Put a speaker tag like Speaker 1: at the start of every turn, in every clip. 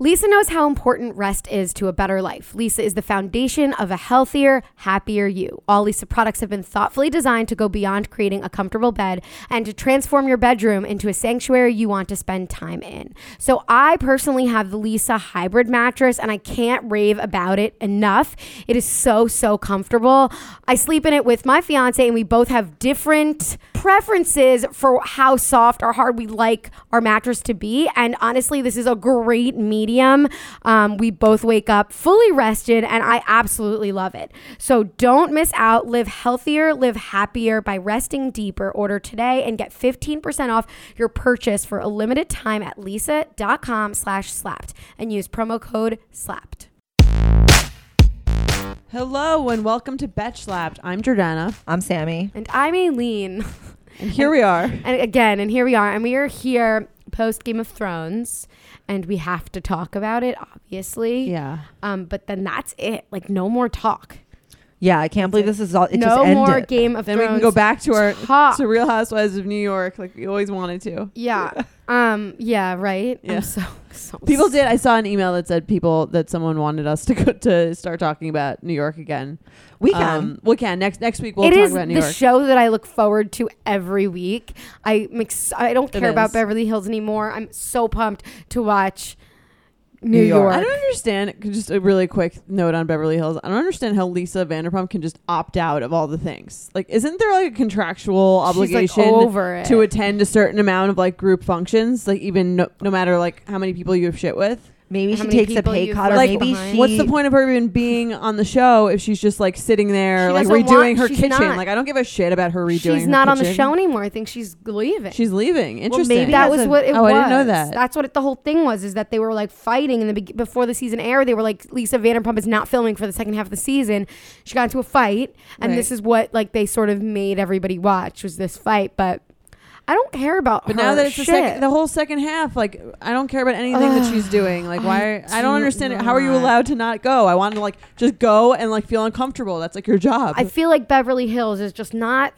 Speaker 1: Lisa knows how important rest is to a better life. Lisa is the foundation of a healthier, happier you. All Lisa products have been thoughtfully designed to go beyond creating a comfortable bed and to transform your bedroom into a sanctuary you want to spend time in. So, I personally have the Lisa hybrid mattress and I can't rave about it enough. It is so, so comfortable. I sleep in it with my fiance and we both have different preferences for how soft or hard we like our mattress to be. And honestly, this is a great medium. Um, we both wake up fully rested, and I absolutely love it. So don't miss out. Live healthier, live happier by resting deeper. Order today and get 15% off your purchase for a limited time at lisa.com slash slapped and use promo code slapped.
Speaker 2: Hello and welcome to Betch Slapped. I'm Jordana,
Speaker 3: I'm Sammy.
Speaker 1: And I'm Aileen.
Speaker 2: and here we are.
Speaker 1: And again, and here we are, and we are here post Game of Thrones, and we have to talk about it, obviously.
Speaker 2: Yeah,
Speaker 1: Um, but then that's it. Like no more talk.
Speaker 3: Yeah, I can't believe this is all. It just
Speaker 1: no
Speaker 3: ended.
Speaker 1: more Game of
Speaker 2: then we
Speaker 1: Thrones.
Speaker 2: can go back to our
Speaker 1: talk.
Speaker 2: to Real Housewives of New York, like we always wanted to.
Speaker 1: yeah. Um. Yeah. Right.
Speaker 2: Yeah.
Speaker 1: I'm so, so
Speaker 2: People did. I saw an email that said people that someone wanted us to go to start talking about New York again. Um,
Speaker 3: We can.
Speaker 2: we can next next week. We'll
Speaker 1: It
Speaker 2: talk
Speaker 1: is
Speaker 2: about New
Speaker 1: the
Speaker 2: York.
Speaker 1: show that I look forward to every week. I mix. I don't
Speaker 2: It
Speaker 1: care about
Speaker 2: is.
Speaker 1: Beverly Hills anymore. I'm so pumped to watch New,
Speaker 3: New York.
Speaker 1: York.
Speaker 2: I don't understand. Just a really quick note on Beverly Hills. I don't understand how Lisa Vanderpump can just opt out of all the things. Like, isn't there like a contractual
Speaker 1: She's
Speaker 2: obligation
Speaker 1: like over it.
Speaker 2: to attend a certain amount of like group functions? Like, even no, no matter like how many people you have shit with.
Speaker 3: Maybe
Speaker 1: How
Speaker 3: she
Speaker 1: many
Speaker 3: takes a
Speaker 1: people
Speaker 3: pay
Speaker 1: you've
Speaker 3: cut, or
Speaker 2: left
Speaker 3: maybe
Speaker 1: behind?
Speaker 3: she.
Speaker 2: What's the point of her even being on the show if she's just like sitting there,
Speaker 1: She
Speaker 2: like
Speaker 1: doesn't
Speaker 2: redoing
Speaker 1: want-
Speaker 2: her
Speaker 1: she's
Speaker 2: kitchen?
Speaker 1: not.
Speaker 2: Like, I don't give a shit about her redoing.
Speaker 1: She's
Speaker 2: her
Speaker 1: not on the
Speaker 2: kitchen.
Speaker 1: show anymore. I think she's leaving.
Speaker 2: She's leaving.
Speaker 1: Well,
Speaker 2: Interesting.
Speaker 1: maybe that was what it
Speaker 2: oh,
Speaker 1: was.
Speaker 2: I didn't know that.
Speaker 1: That's what it, the whole thing was. Is that they were like fighting in the be- before the season aired. They were like Lisa Vanderpump is not filming for the second half of the season. She got into a fight, and
Speaker 2: Right.
Speaker 1: this is what like they sort of made everybody watch was this fight. But I don't care about.
Speaker 2: But
Speaker 1: her.
Speaker 2: now that it's the,
Speaker 1: Shit.
Speaker 2: second, the whole second half, like I don't care about anything that
Speaker 1: Ugh,
Speaker 2: she's doing. Like
Speaker 1: I
Speaker 2: why? I, don't
Speaker 1: do
Speaker 2: understand it. How are you
Speaker 1: not.
Speaker 2: allowed to not go? I want to like just go and like feel uncomfortable. That's like your job.
Speaker 1: I feel like Beverly Hills is just not.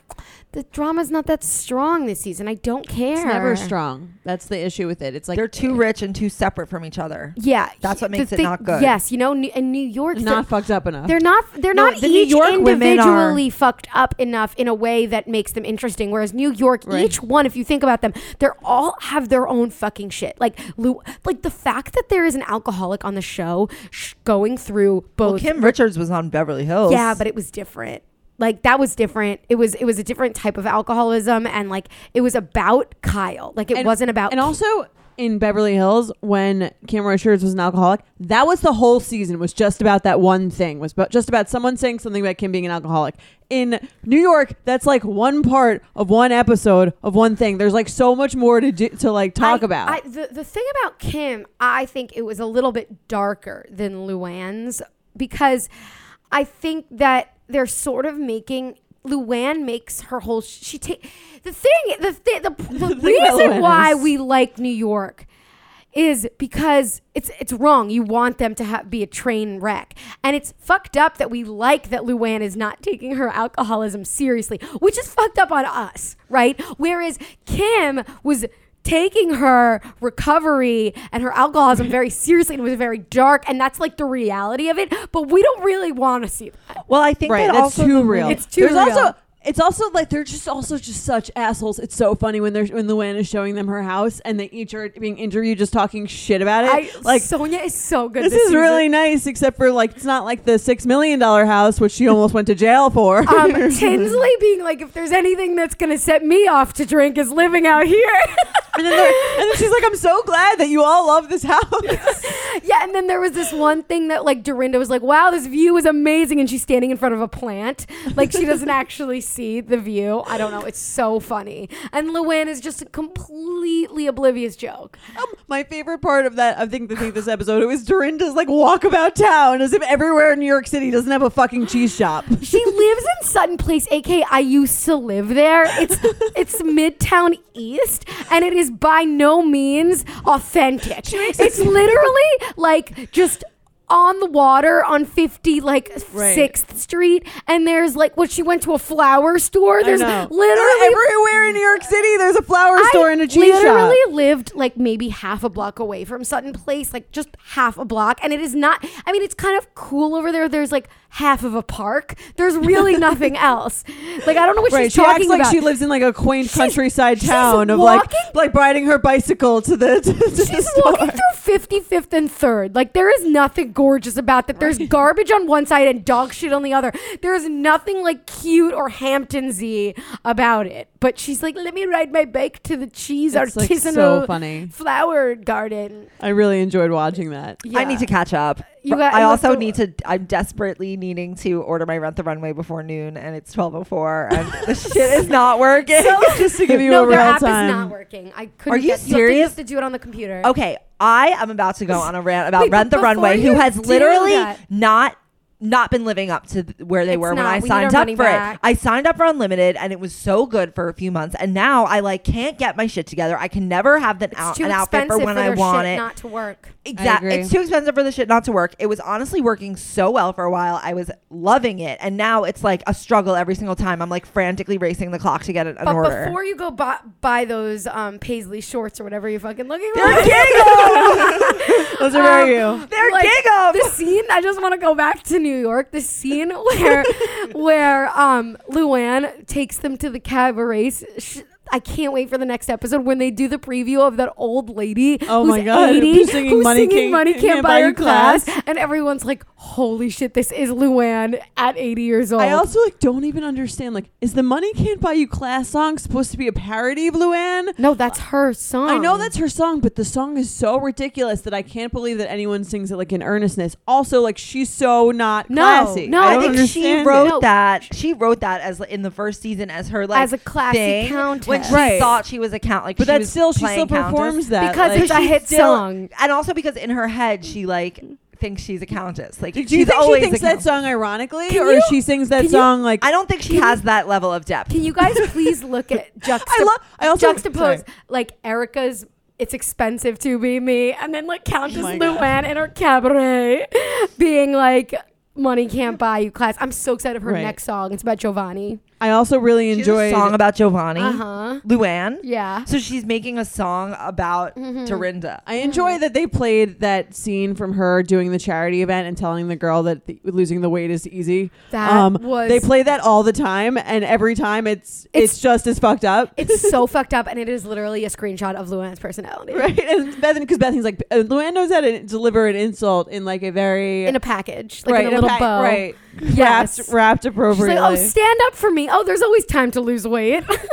Speaker 1: The drama's not that strong this season. I don't care.
Speaker 2: it's never strong. That's the issue with it. It's like
Speaker 3: They're too rich and too separate from each other.
Speaker 1: Yeah,
Speaker 3: That's what
Speaker 1: the
Speaker 3: makes it
Speaker 1: thing-
Speaker 3: not good.
Speaker 1: Yes, you know, New- in New York, they're-
Speaker 2: not fucked up enough.
Speaker 1: They're not. They're
Speaker 3: No,
Speaker 1: not
Speaker 3: the New
Speaker 1: each
Speaker 3: York women are-
Speaker 1: individually fucked up enough in a way that makes them interesting. Whereas New York,
Speaker 2: Right.
Speaker 1: each one, if you think about them, they're all have their own fucking shit. Like, Lou, like the fact that there is an alcoholic on the show sh- going through both.
Speaker 3: Well, Kim Richards was on Beverly Hills.
Speaker 1: Yeah, but it was different. Like that was different. It was it was a different type of alcoholism, and like it was about Kyle. Like it
Speaker 2: And-
Speaker 1: wasn't about.
Speaker 2: And also in Beverly Hills, when Kim Richards was an alcoholic, that was the whole season. Was just about that one thing. Was about, just about someone saying something about Kim being an alcoholic. In New York, that's like one part of one episode of one thing. There's like so much more to do, to like talk
Speaker 1: I-
Speaker 2: about.
Speaker 1: I, the the thing about Kim, I think it was a little bit darker than Luann's because I think that they're sort of making Luann makes her whole sh- she take the thing the thi- the, the,
Speaker 2: about
Speaker 1: reason
Speaker 2: Luann
Speaker 1: why
Speaker 2: is-
Speaker 1: we like New York is because it's it's wrong. You want them to ha- be a train wreck, and it's fucked up that we like that Luann is not taking her alcoholism seriously, which is fucked up on us, right? Whereas Kim was taking her recovery and her alcoholism very seriously and was very dark and that's like the reality of it but we don't really want to see that
Speaker 3: Well, I think
Speaker 2: right,
Speaker 3: that
Speaker 2: that's
Speaker 3: also
Speaker 2: too
Speaker 3: the
Speaker 2: real.
Speaker 1: It's too
Speaker 2: There's
Speaker 1: real.
Speaker 2: also it's also like they're just also just such assholes. It's so funny when they're when Luann is showing them her house and they each are being interviewed just talking shit about it.
Speaker 1: I,
Speaker 2: like
Speaker 1: sonia is so good
Speaker 2: this, is
Speaker 1: season.
Speaker 2: really nice, except for like it's not like the six million dollar house which she almost went to jail for.
Speaker 1: um, Tinsley being like, if there's anything that's gonna set me off to drink, is living out here.
Speaker 2: and, then they're- and then she's like, I'm so glad that you all love this house.
Speaker 1: yeah, and then there was this one thing that like Dorinda was like, "Wow, this view is amazing," and she's standing in front of a plant, like she doesn't actually see the view. I don't know, it's so funny. And Luann is just a completely oblivious joke.
Speaker 2: Um, My favorite part of that, I think, the thing this episode, it was Dorinda's like walk about town as if everywhere in New York City doesn't have a fucking cheese shop.
Speaker 1: She lives in Sutton Place, aka I used to live there. It's it's Midtown East, and it is by no means authentic. It's literally like just on the water on 50 like
Speaker 2: Right.
Speaker 1: 6th Street and there's like what she went to a flower store there's
Speaker 2: know.
Speaker 1: literally
Speaker 2: everywhere in New York City, there's a flower
Speaker 1: I
Speaker 2: store and a cheese shop.
Speaker 1: literally lived like maybe half a block away from Sutton Place, like just half a block. And it is not, I mean, it's kind of cool over there. There's like half of a park. There's really nothing else. Like, I don't know what
Speaker 2: Right,
Speaker 1: she's
Speaker 2: she
Speaker 1: talking
Speaker 2: acts like
Speaker 1: about.
Speaker 2: she lives in like a quaint
Speaker 1: She's-
Speaker 2: countryside
Speaker 1: she's
Speaker 2: town of like
Speaker 1: walking-
Speaker 2: like riding her bicycle to the to the
Speaker 1: She's
Speaker 2: store.
Speaker 1: walking through 55th and 3rd. Like, there is nothing gorgeous about that. There's garbage on one side and dog shit on the other. There is nothing like cute or Hamptons-y about it. But she's like, let me ride my bike to the cheese
Speaker 2: It's, like, so
Speaker 1: artisanal
Speaker 2: funny.
Speaker 1: flower garden.
Speaker 2: I really enjoyed watching that.
Speaker 1: Yeah.
Speaker 3: I need to catch up.
Speaker 1: You
Speaker 3: You
Speaker 1: got-
Speaker 3: I
Speaker 1: you
Speaker 3: also
Speaker 1: have to-
Speaker 3: need to. I'm desperately needing to order my Rent the Runway before noon, and it's 12:04, and the shit is not working.
Speaker 2: Just to give you
Speaker 1: no,
Speaker 2: a
Speaker 1: their
Speaker 2: real
Speaker 1: app
Speaker 2: time.
Speaker 1: is not working. I couldn't.
Speaker 3: Are you
Speaker 1: get- have to-
Speaker 3: serious?
Speaker 1: have to do it on the computer.
Speaker 3: okay, I am about to go on a rant about
Speaker 1: Wait, but
Speaker 3: Rent the
Speaker 1: before
Speaker 3: Runway,
Speaker 1: you
Speaker 3: who has
Speaker 1: do
Speaker 3: literally
Speaker 1: that-
Speaker 3: not not been living up to th- where they
Speaker 1: It's
Speaker 3: were when
Speaker 1: not.
Speaker 3: I
Speaker 1: We need our
Speaker 3: signed up
Speaker 1: money
Speaker 3: for
Speaker 1: back.
Speaker 3: it. I signed up for unlimited, and it was so good for a few months, and now I like can't get my shit together. I can never have the
Speaker 1: It's
Speaker 3: out,
Speaker 1: too
Speaker 3: an outfit
Speaker 1: expensive
Speaker 3: for
Speaker 1: for
Speaker 3: when I
Speaker 1: their
Speaker 3: want
Speaker 1: shit
Speaker 3: it.
Speaker 1: not to work.
Speaker 3: Exactly.
Speaker 2: agree.
Speaker 3: It's too expensive for the shit not to work. It was honestly working so well for a while. I was loving it. And now it's like a struggle every single time. I'm like frantically racing the clock to get an
Speaker 1: But
Speaker 3: order.
Speaker 1: before you go buy, buy those um, paisley shorts or whatever you're fucking looking for,
Speaker 3: they're giggle.
Speaker 2: Those are very
Speaker 1: Um,
Speaker 2: you.
Speaker 3: they're
Speaker 1: Like,
Speaker 3: giggle.
Speaker 1: the scene i just want to go back to new york the scene where where um luann takes them to the cabaret s- sh- I can't wait for the next episode when they do the preview of that old lady
Speaker 2: Oh
Speaker 1: who's
Speaker 2: my God,
Speaker 1: 80,
Speaker 2: who's singing
Speaker 1: who's
Speaker 2: Money
Speaker 1: singing
Speaker 2: Can't-
Speaker 1: Money
Speaker 2: Can't
Speaker 1: Can't,
Speaker 2: Buy
Speaker 1: Buy
Speaker 2: Your
Speaker 1: Your class. and everyone's like, "Holy shit, this is Luann at 80 years old."
Speaker 2: I also like don't even understand. Like, is the money can't buy you class song supposed to be a parody of Luann?
Speaker 1: no, that's her song.
Speaker 2: I know that's her song, but the song is so ridiculous that I can't believe that anyone sings it like in earnestly. Also, like she's so not
Speaker 1: No,
Speaker 2: classy.
Speaker 1: no.
Speaker 2: I,
Speaker 1: I
Speaker 3: I
Speaker 2: don't
Speaker 3: think she
Speaker 2: understand it.
Speaker 3: wrote
Speaker 1: No.
Speaker 3: that. She wrote that as in the first season as her like
Speaker 1: As a classy
Speaker 3: thing, when
Speaker 1: countess.
Speaker 3: she
Speaker 2: Right.
Speaker 3: thought she was a count. Like,
Speaker 2: But
Speaker 3: she
Speaker 2: that's
Speaker 3: was
Speaker 2: still she
Speaker 3: playing
Speaker 2: still
Speaker 3: countess.
Speaker 2: performs that
Speaker 1: Because
Speaker 2: like-
Speaker 1: it's a hit
Speaker 3: Still-
Speaker 1: song.
Speaker 3: and also because in her head she like thinks she's a countess. Like,
Speaker 2: Do you
Speaker 3: she's
Speaker 2: think she
Speaker 3: always
Speaker 2: thinks
Speaker 3: a
Speaker 2: that
Speaker 3: countess.
Speaker 2: song ironically,
Speaker 1: Can
Speaker 2: or
Speaker 1: you-
Speaker 2: she sings
Speaker 1: can
Speaker 2: that
Speaker 1: you-
Speaker 2: song like?
Speaker 3: I don't think she has that level of depth.
Speaker 1: Can you guys please look at juxtap-
Speaker 2: I love. I also
Speaker 1: juxtapose
Speaker 2: sorry.
Speaker 1: like Erica's "It's expensive to be me" and then like Countess
Speaker 2: Oh my God.
Speaker 1: Luann in her cabaret being like, "Money can't buy you class." I'm so excited for her
Speaker 2: Right.
Speaker 1: next song. It's about Giovanni.
Speaker 2: I also really
Speaker 3: She has a
Speaker 2: enjoyed.
Speaker 3: song about Giovanni,
Speaker 1: Uh huh.
Speaker 3: Luann.
Speaker 1: Yeah. Mm-hmm.
Speaker 3: So she's making a song about Dorinda.
Speaker 2: I
Speaker 1: Hmm.
Speaker 2: enjoy that they played that scene from her doing the charity event and telling the girl that the, losing the weight is easy. Um,
Speaker 1: That was-
Speaker 2: They play that all the time, and every time it's
Speaker 1: It's-
Speaker 2: it's, just as fucked up.
Speaker 1: It's so fucked up, and it is literally a screenshot of Luann's personality
Speaker 2: right. And Bethany, because Bethany's like, uh, Luann knows how to deliver an insult in like a very
Speaker 1: in a package, like
Speaker 2: right,
Speaker 1: in a little
Speaker 2: pack-
Speaker 1: bow.
Speaker 2: right,
Speaker 1: Yes.
Speaker 2: wrapped, wrapped
Speaker 1: She's
Speaker 2: appropriately.
Speaker 1: like, "Oh, stand up for me." Oh, there's always time to lose weight.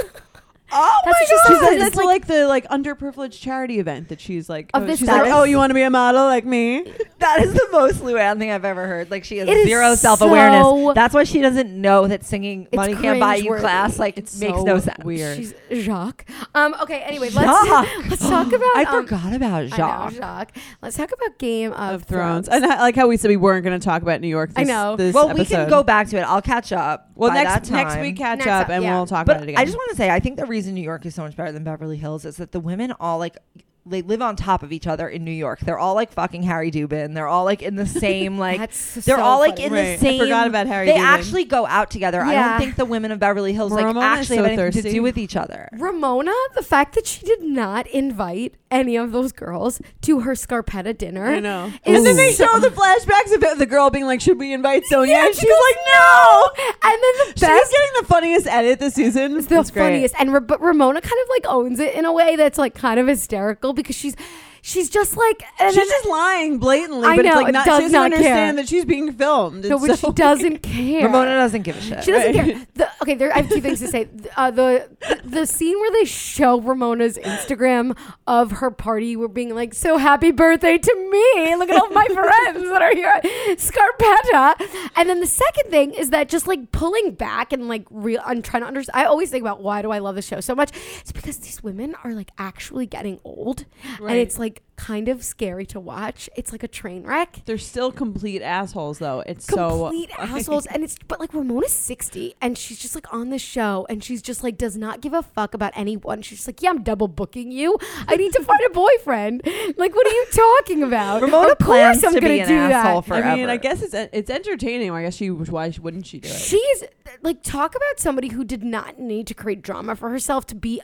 Speaker 3: Oh
Speaker 1: That's what she
Speaker 2: She
Speaker 1: says.
Speaker 2: says
Speaker 1: It's
Speaker 2: that's
Speaker 1: like-
Speaker 2: like, the like underprivileged charity event that she's like.
Speaker 1: Of
Speaker 2: oh,
Speaker 1: this
Speaker 2: she's like,
Speaker 1: status.
Speaker 2: oh, you want to be a model like me?
Speaker 3: That is the most Luann thing I've ever heard. Like she has
Speaker 1: It is
Speaker 3: zero self awareness.
Speaker 1: so-
Speaker 3: That's why she doesn't know that singing "Money Can't Buy You"
Speaker 1: cringeworthy.
Speaker 3: class like
Speaker 2: It's
Speaker 3: makes
Speaker 2: so
Speaker 3: no sense.
Speaker 2: weird.
Speaker 1: She's Jacques. Um, okay. Anyway,
Speaker 3: Jacques.
Speaker 1: let's let's talk about.
Speaker 3: I
Speaker 1: um,
Speaker 3: forgot about
Speaker 1: I
Speaker 3: Jacques.
Speaker 1: know, Jacques. Let's talk about Game of,
Speaker 2: of Thrones. And I like how we said we weren't going to talk about New York. This,
Speaker 1: I know.
Speaker 2: This
Speaker 3: Well, we can
Speaker 2: episode.
Speaker 3: go back to it. I'll catch up.
Speaker 2: Well,
Speaker 3: by
Speaker 2: next
Speaker 3: that
Speaker 2: next
Speaker 3: time.
Speaker 2: week catch
Speaker 1: Next
Speaker 2: up
Speaker 1: up,
Speaker 2: and
Speaker 1: yeah.
Speaker 2: we'll talk
Speaker 3: But
Speaker 2: about it again.
Speaker 3: I just want to say, I think the reason New York is so much better than Beverly Hills is that the women all like they live on top of each other in New York. They're all like fucking Harry Dubin. They're all like in the same like.
Speaker 1: That's
Speaker 3: they're
Speaker 1: so
Speaker 3: all like
Speaker 1: funny.
Speaker 3: in
Speaker 2: Right. I
Speaker 3: the same.
Speaker 2: forgot about Harry
Speaker 3: They
Speaker 2: Dubin.
Speaker 3: actually go out together. I
Speaker 1: Yeah.
Speaker 3: don't think the women of Beverly Hills like
Speaker 2: Ramona is
Speaker 3: actually have
Speaker 2: so
Speaker 3: anything to
Speaker 2: thirsty.
Speaker 3: do with each other.
Speaker 1: Ramona, the fact that she did not invite any of those girls to her Scarpetta dinner.
Speaker 2: I know.
Speaker 1: is
Speaker 2: And then they
Speaker 1: so-
Speaker 2: show the flashbacks of the- the girl being like, "Should we invite Sonia?"
Speaker 1: Yeah,
Speaker 2: and
Speaker 1: she
Speaker 2: she's like, "No."
Speaker 1: And then the
Speaker 2: She's
Speaker 1: best.
Speaker 2: getting the funniest edit this season.
Speaker 1: It's the funniest. And Ra- but Ramona kind of like owns it in a way that's like kind of hysterical because she's she's just like and then-
Speaker 2: she's just lying blatantly,
Speaker 1: I
Speaker 2: but
Speaker 1: know,
Speaker 2: it's
Speaker 1: it
Speaker 2: like not,
Speaker 1: does
Speaker 2: she doesn't
Speaker 1: not
Speaker 2: understand
Speaker 1: care.
Speaker 2: that she's being filmed.
Speaker 1: no,
Speaker 2: It's
Speaker 1: but
Speaker 2: so
Speaker 1: she doesn't care.
Speaker 3: Ramona doesn't give a shit.
Speaker 1: She doesn't
Speaker 2: Right.
Speaker 1: care. The, okay, there. I have two things to say. Th- Uh, the the scene where they show Ramona's Instagram of her party, we're being like, "So happy birthday to me! Look at all my friends that are here, at Scarpetta." And then the second thing is that just like pulling back and like real, I'm trying to understand. I always think about why do I love the show so much? It's because these women are like actually getting old, and
Speaker 2: Right.
Speaker 1: it's like like kind of scary to watch. It's like a train wreck.
Speaker 2: They're still complete assholes, though. It's
Speaker 1: Complete
Speaker 3: uh,
Speaker 2: so
Speaker 1: assholes, and it's but like Ramona's sixty, and she's just like on the show, and she's just like does not give a fuck about anyone. She's just like, yeah, I'm double booking you. I need to find a boyfriend. Like, what are you talking about?
Speaker 3: Ramona
Speaker 1: of course
Speaker 3: plans
Speaker 1: I'm
Speaker 3: to be
Speaker 1: gonna
Speaker 3: an
Speaker 1: do that.
Speaker 3: asshole for-
Speaker 2: I mean,
Speaker 3: forever.
Speaker 2: I guess it's it's entertaining. I guess she why wouldn't she do it?
Speaker 1: She's like talk about somebody who did not need to create drama for herself to be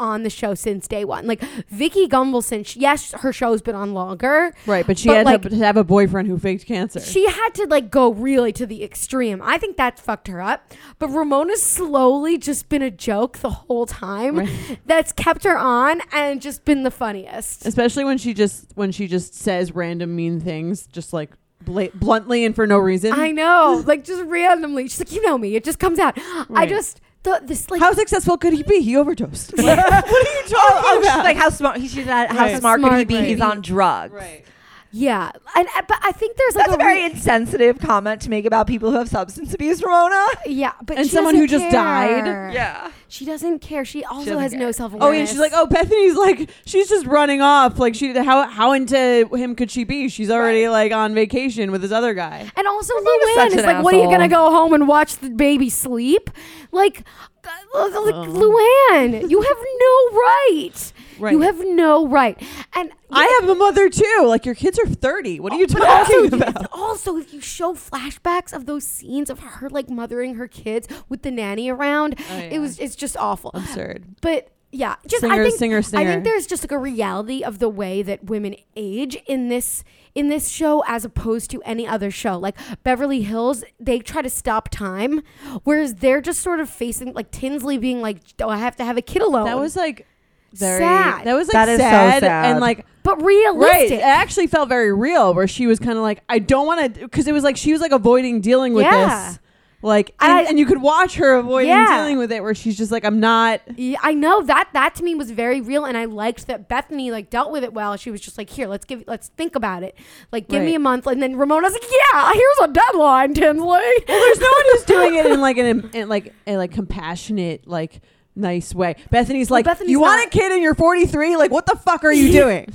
Speaker 1: on the show since day one. Like Vicky Gumbelson, she, yes, her show's been on longer.
Speaker 2: Right, but she
Speaker 1: But,
Speaker 2: had
Speaker 1: like-
Speaker 2: to, to have a boyfriend who faked cancer.
Speaker 1: She had to like go really to the extreme. I think that fucked her up. But Ramona's slowly just been a joke the whole time that's kept her on and just been the funniest.
Speaker 2: Especially when she just when she just says random mean things, just like bla- bluntly and for no reason.
Speaker 1: I know, like just randomly. She's like, you know me. It just comes out. I
Speaker 2: Right.
Speaker 1: just the, this like Oh,
Speaker 2: How successful could he be? He overdosed.
Speaker 3: what are you talking about? Like how smart? He should not,
Speaker 2: Oh,
Speaker 3: how
Speaker 2: Right.
Speaker 3: smart, could he
Speaker 1: Smart,
Speaker 3: be?
Speaker 1: right.
Speaker 3: He's on drugs.
Speaker 1: yeah, and uh, but I think there's like
Speaker 3: That's a
Speaker 1: re-
Speaker 3: very insensitive comment to make about people who have substance abuse, Ramona.
Speaker 1: Yeah, but
Speaker 2: And
Speaker 1: she
Speaker 2: someone who
Speaker 1: doesn't
Speaker 2: just died.
Speaker 1: care.
Speaker 3: Yeah.
Speaker 1: she doesn't care. She also
Speaker 3: doesn't
Speaker 1: has no
Speaker 3: care.
Speaker 1: self awareness.
Speaker 2: Oh, yeah. She's like, oh, Bethany's like, she's just running off. Like, she how how into him could she be? She's already like on vacation with this other guy.
Speaker 1: and also
Speaker 3: Ramona's
Speaker 1: Luann
Speaker 3: such
Speaker 1: is
Speaker 3: an
Speaker 1: like, what are you
Speaker 3: asshole.
Speaker 1: gonna go home and watch the baby sleep? Like, uh, like Luann, you have no right.
Speaker 2: Right.
Speaker 1: You have no right. And
Speaker 2: I have a mother too. Like, your kids are thirty. What are you
Speaker 1: But also,
Speaker 2: talking about?
Speaker 1: also, if you show flashbacks of those scenes of her like mothering her kids with the nanny around,
Speaker 2: Oh, yeah.
Speaker 1: it was it's just awful.
Speaker 2: Absurd.
Speaker 1: But yeah, just I
Speaker 2: Singer,
Speaker 1: think
Speaker 2: singer,
Speaker 1: I
Speaker 2: singer.
Speaker 1: think there's just like a reality of the way that women age in this in this show as opposed to any other show. Like Beverly Hills, they try to stop time, whereas they're just sort of facing like Tinsley being like, "Oh, I have to have a kid alone."
Speaker 2: That was like very.
Speaker 1: Oh. Sad.
Speaker 2: That was like
Speaker 3: That is so
Speaker 2: sad,
Speaker 3: sad.
Speaker 2: and like
Speaker 1: but
Speaker 2: right.
Speaker 1: realistic.
Speaker 2: It actually felt very real, where she was kind of like, I don't want to, because it was like she was like avoiding dealing with
Speaker 1: Yeah.
Speaker 2: this. Like,
Speaker 1: And
Speaker 2: and,
Speaker 1: I-
Speaker 2: and you could watch her avoiding
Speaker 1: Yeah.
Speaker 2: dealing with it, where she's just like, I'm not.
Speaker 1: Yeah, I know that that to me was very real, and I liked that Bethany like dealt with it well. She was just like, "Here, let's give, let's think about it. Like, give me
Speaker 2: Right.
Speaker 1: a month." And then Ramona's like, "Yeah, here's a deadline, Tinsley."
Speaker 2: There's no one who's doing it in like an in like a like compassionate like nice way. Bethany's like,
Speaker 1: Bethany's
Speaker 2: you want
Speaker 1: not-
Speaker 2: a kid and you're 43? Like, what the fuck are you doing?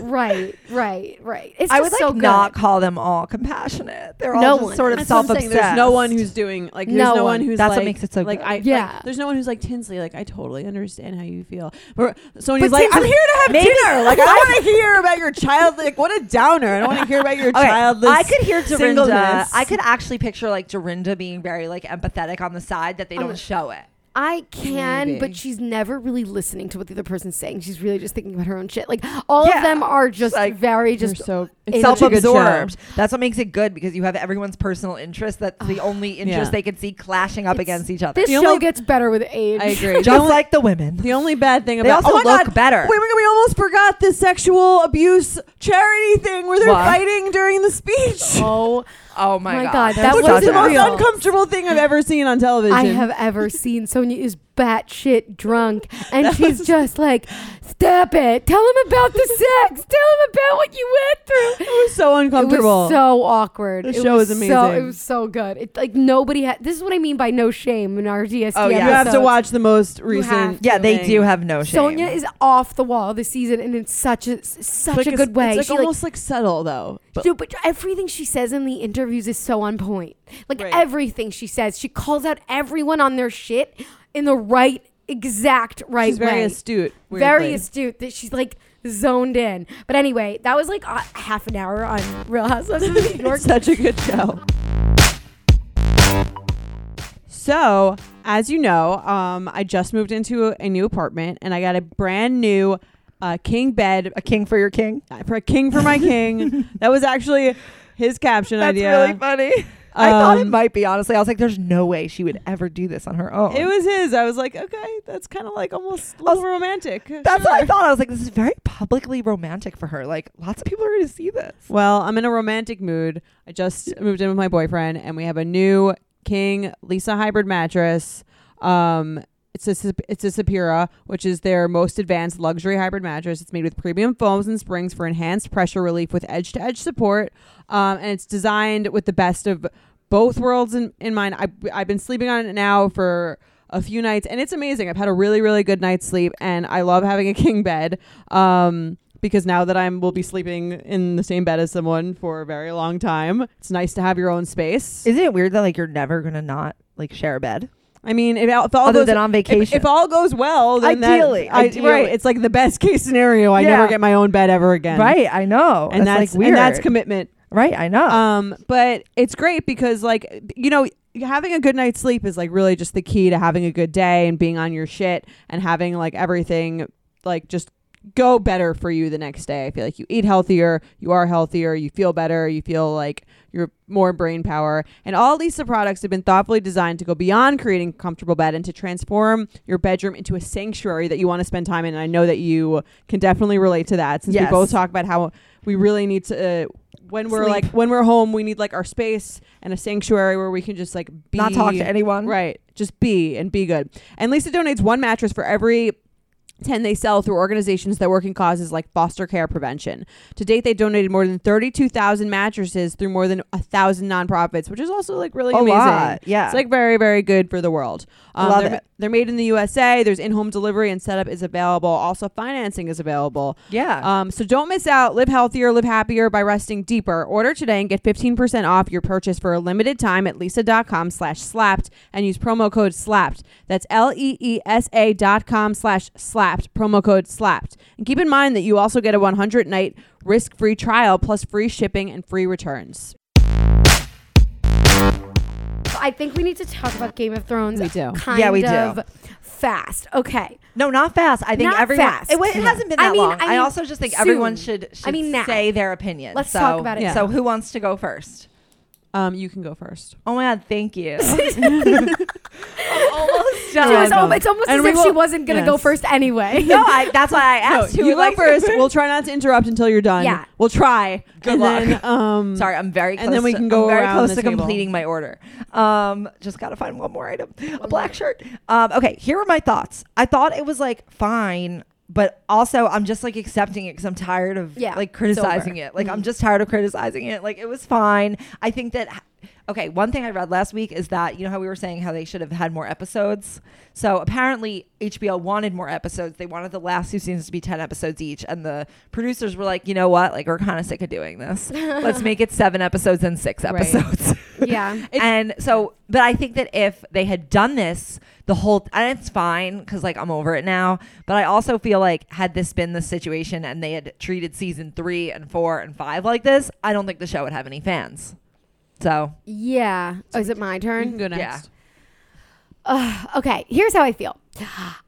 Speaker 1: right, right, right. It's
Speaker 3: I
Speaker 1: just
Speaker 3: would like
Speaker 1: so good.
Speaker 3: not call them all compassionate. They're all
Speaker 1: No
Speaker 3: just
Speaker 1: one.
Speaker 3: sort of
Speaker 1: That's what I'm
Speaker 3: self
Speaker 1: saying.
Speaker 3: obsessed.
Speaker 2: There's no one who's doing like. There's
Speaker 1: No
Speaker 2: no,
Speaker 1: one.
Speaker 2: one who's
Speaker 3: That's
Speaker 2: like,
Speaker 3: what makes it so
Speaker 2: like
Speaker 3: good.
Speaker 2: I
Speaker 1: Yeah.
Speaker 2: Like, there's no one who's like Tinsley. Like I totally understand how you feel. But
Speaker 3: But
Speaker 2: Sony's like, I'm
Speaker 3: Tinsley-
Speaker 2: here to have
Speaker 3: maybe-
Speaker 2: dinner. Like I want to hear about your child. Like what a downer. I don't want to hear about your
Speaker 3: Okay,
Speaker 2: childless.
Speaker 3: I could hear Dorinda.
Speaker 2: singleness.
Speaker 3: I could actually picture like Dorinda being very like empathetic on the side that they
Speaker 1: Um,
Speaker 3: don't show it.
Speaker 1: I can,
Speaker 2: Maybe.
Speaker 1: but she's never really listening to what the other person's saying. She's really just thinking about her own shit. Like all
Speaker 3: Yeah.
Speaker 1: of them are just
Speaker 3: like,
Speaker 1: very
Speaker 2: You're
Speaker 1: just
Speaker 2: so
Speaker 1: it's
Speaker 2: such a good show.
Speaker 3: Self-absorbed. That's what makes it good because you have everyone's personal interest. That's the only interest
Speaker 2: Yeah.
Speaker 3: they can see clashing up
Speaker 1: It's-
Speaker 3: against each other.
Speaker 1: This
Speaker 2: The
Speaker 1: show
Speaker 2: only-
Speaker 1: gets better with age.
Speaker 2: I agree. The
Speaker 3: Just
Speaker 2: only-
Speaker 3: like the women.
Speaker 2: The only bad thing
Speaker 3: They
Speaker 2: about
Speaker 3: also
Speaker 2: oh my
Speaker 3: look
Speaker 2: God,
Speaker 3: better.
Speaker 2: Wait, wait, we almost forgot the sexual abuse charity thing where they're
Speaker 3: What?
Speaker 2: fighting during the speech.
Speaker 1: Oh,
Speaker 3: Oh my,
Speaker 1: My God,
Speaker 3: god.
Speaker 1: that
Speaker 3: They're
Speaker 2: Which
Speaker 1: was
Speaker 2: is
Speaker 3: such
Speaker 2: the most
Speaker 1: unreal.
Speaker 3: assholes.
Speaker 2: uncomfortable thing I've ever seen on television.
Speaker 1: I have ever seen Sonia is batshit drunk, and she's just like, "Stop it! Tell him about the sex. Tell him about what you went through."
Speaker 2: It was so
Speaker 1: It
Speaker 2: uncomfortable.
Speaker 1: was so awkward.
Speaker 2: The
Speaker 1: it
Speaker 2: show
Speaker 1: was
Speaker 2: is
Speaker 1: So, it
Speaker 2: amazing.
Speaker 1: was so good. It like nobody had. This is what I mean by no shame in our DSD.
Speaker 3: Oh, yeah.
Speaker 2: You have to
Speaker 1: episodes.
Speaker 2: watch the most
Speaker 1: have
Speaker 2: recent.
Speaker 3: Yeah, they
Speaker 2: thing.
Speaker 3: do have no shame.
Speaker 1: Sonia is off the wall this season, and in such a such
Speaker 2: Like,
Speaker 1: a good way.
Speaker 2: It's
Speaker 1: she
Speaker 2: like almost like, subtle though.
Speaker 1: like,
Speaker 2: But
Speaker 1: dude, but everything she says in the interviews is so on point. Like
Speaker 2: Right.
Speaker 1: everything she says, she calls out everyone on their shit in the right exact right
Speaker 2: she's very
Speaker 1: way.
Speaker 2: astute.
Speaker 1: Very
Speaker 2: weirdly.
Speaker 1: astute that she's like zoned in. But anyway, that was like a half an hour on Real Housewives of New York.
Speaker 2: It's such a good show. So, as you know, um, I just moved into a, a new apartment and I got a brand new uh, king bed
Speaker 3: a king for your king.
Speaker 2: uh, for a king for my king. that was actually his caption
Speaker 3: That's
Speaker 2: idea.
Speaker 3: really funny. I thought it
Speaker 2: Um,
Speaker 3: might be, honestly. I was like, there's no way she would ever do this on her own.
Speaker 2: It was his. I was like, okay, that's kind of like almost a little
Speaker 3: Also-
Speaker 2: romantic.
Speaker 3: That's what I thought. I was like, this is very publicly romantic for her. Like, lots of people are going to see this.
Speaker 2: Well, I'm in a romantic mood. I just moved in with my boyfriend, and we have a new King Lisa hybrid mattress. Um, it's a Sup- it's a Sapira, which is their most advanced luxury hybrid mattress. It's made with premium foams and springs for enhanced pressure relief with edge to edge support, um, and it's designed with the best of both worlds in, in mind. I, I've been sleeping on it now for a few nights, and it's amazing. I've had a really really good night's sleep, and I love having a king bed. Um, because now that I'm will be sleeping in the same bed as someone for a very long time, it's nice to have your own space.
Speaker 3: Isn't it weird that like you're never gonna not like share a bed
Speaker 2: I mean, if, all- if all
Speaker 3: other
Speaker 2: goes
Speaker 3: than on
Speaker 2: if-
Speaker 3: vacation?
Speaker 2: If, all goes well, then that-
Speaker 3: Ideally,
Speaker 2: I-
Speaker 3: ideally.
Speaker 2: right? It's like the best case scenario. I
Speaker 3: Yeah.
Speaker 2: never get my own bed ever again,
Speaker 3: right, I know,
Speaker 2: And that's,
Speaker 3: like weird.
Speaker 2: and that's commitment.
Speaker 3: right, I know.
Speaker 2: Um, but it's great because like you know having a good night's sleep is like really just the key to having a good day and being on your shit and having like everything like just go better for you the next day. I feel like you eat healthier, you are healthier, you feel better, you feel like you're more brain power. And all Lisa products have been thoughtfully designed to go beyond creating a comfortable bed and to transform your bedroom into a sanctuary that you want to spend time in. And I know that you can definitely relate to that since
Speaker 3: Yes.
Speaker 2: we both talk about how we really need to uh, when we're
Speaker 3: Sleep.
Speaker 2: like when we're home, we need like our space and a sanctuary where we can just like be
Speaker 3: not talk to anyone.
Speaker 2: Right. Just be and be good. And Lisa donates one mattress for every 10 they sell through organizations that work in causes like foster care prevention. To date, they donated more than 32,000 mattresses through more than a 1,000 nonprofits, which is also like really
Speaker 3: a
Speaker 2: amazing.
Speaker 3: lot. Yeah,
Speaker 2: It's like very, very good for the world. Um,
Speaker 3: Love
Speaker 2: they're,
Speaker 3: it.
Speaker 2: they're made in the USA. There's in home delivery and setup is available. Also, financing is available.
Speaker 3: yeah.
Speaker 2: Um, so don't miss out. Live healthier, live happier by resting deeper. Order today and get 15% off your purchase for a limited time at lisa.com slash slapped and use promo code slapped. That's E L-E-E-S-A dot com slash slapped, promo code slapped. And keep in mind that you also get a 100 night risk free trial plus free shipping and free returns.
Speaker 1: I think we need to talk about Game of Thrones.
Speaker 2: We do.
Speaker 1: Kind
Speaker 3: Yeah, we do.
Speaker 1: of fast. Okay.
Speaker 3: no, not fast. I think
Speaker 1: Not
Speaker 3: everyone.
Speaker 1: fast.
Speaker 3: It, wa- it
Speaker 1: Yeah.
Speaker 3: hasn't been
Speaker 1: I
Speaker 3: that
Speaker 1: mean-
Speaker 3: long.
Speaker 1: I
Speaker 3: I,
Speaker 1: mean,
Speaker 3: also just think everyone
Speaker 1: soon.
Speaker 3: should, should
Speaker 1: I mean, now.
Speaker 3: say their opinion.
Speaker 1: Let's
Speaker 3: So-
Speaker 1: talk about it.
Speaker 2: Yeah.
Speaker 3: So who wants to go first?
Speaker 2: Um, you can go first.
Speaker 3: Oh my god, thank you.
Speaker 1: She
Speaker 3: Almost
Speaker 1: was
Speaker 2: done.
Speaker 1: al- it's almost
Speaker 2: And
Speaker 1: as
Speaker 2: we
Speaker 1: if she
Speaker 2: will-
Speaker 1: wasn't going to go
Speaker 2: Yes.
Speaker 1: first anyway.
Speaker 3: No, I, that's why I asked who
Speaker 2: you
Speaker 3: would
Speaker 2: go
Speaker 3: like
Speaker 2: first. we'll try not to interrupt until you're done.
Speaker 1: Yeah.
Speaker 2: We'll try.
Speaker 3: Good
Speaker 2: and
Speaker 3: luck.
Speaker 2: Then, um,
Speaker 3: Sorry, I'm very close
Speaker 2: And then we
Speaker 3: to-
Speaker 2: can go
Speaker 3: I'm very
Speaker 2: around
Speaker 3: close
Speaker 2: the
Speaker 3: to
Speaker 2: table.
Speaker 3: completing my order. Um, just gotta find one more item. A black shirt. Um, okay, here are my thoughts. I thought it was like fine, but also I'm just like accepting it because I'm tired of
Speaker 1: Yeah,
Speaker 3: like
Speaker 1: it's
Speaker 3: criticizing
Speaker 1: over.
Speaker 3: it. Like I'm just tired of criticizing it. Like it was fine. I think that okay, one thing I read last week is that you know how we were saying how they should have had more episodes. So apparently HBO wanted more episodes. They wanted the last two seasons to be 10 episodes each and the producers were like, "You know what? Like we're kind of sick of doing this. Let's make it 7 episodes and 6
Speaker 2: Right.
Speaker 3: episodes."
Speaker 1: yeah.
Speaker 3: and so, but I think that if they had done this the whole, and it's fine because like I'm over it now. But I also feel like had this been the situation and they had treated season three and four and five like this, I don't think the show would have any fans. So
Speaker 1: Yeah. Oh, is it my
Speaker 2: You
Speaker 1: turn?
Speaker 2: can go next.
Speaker 3: Yeah.
Speaker 1: Ugh, okay, here's how I feel.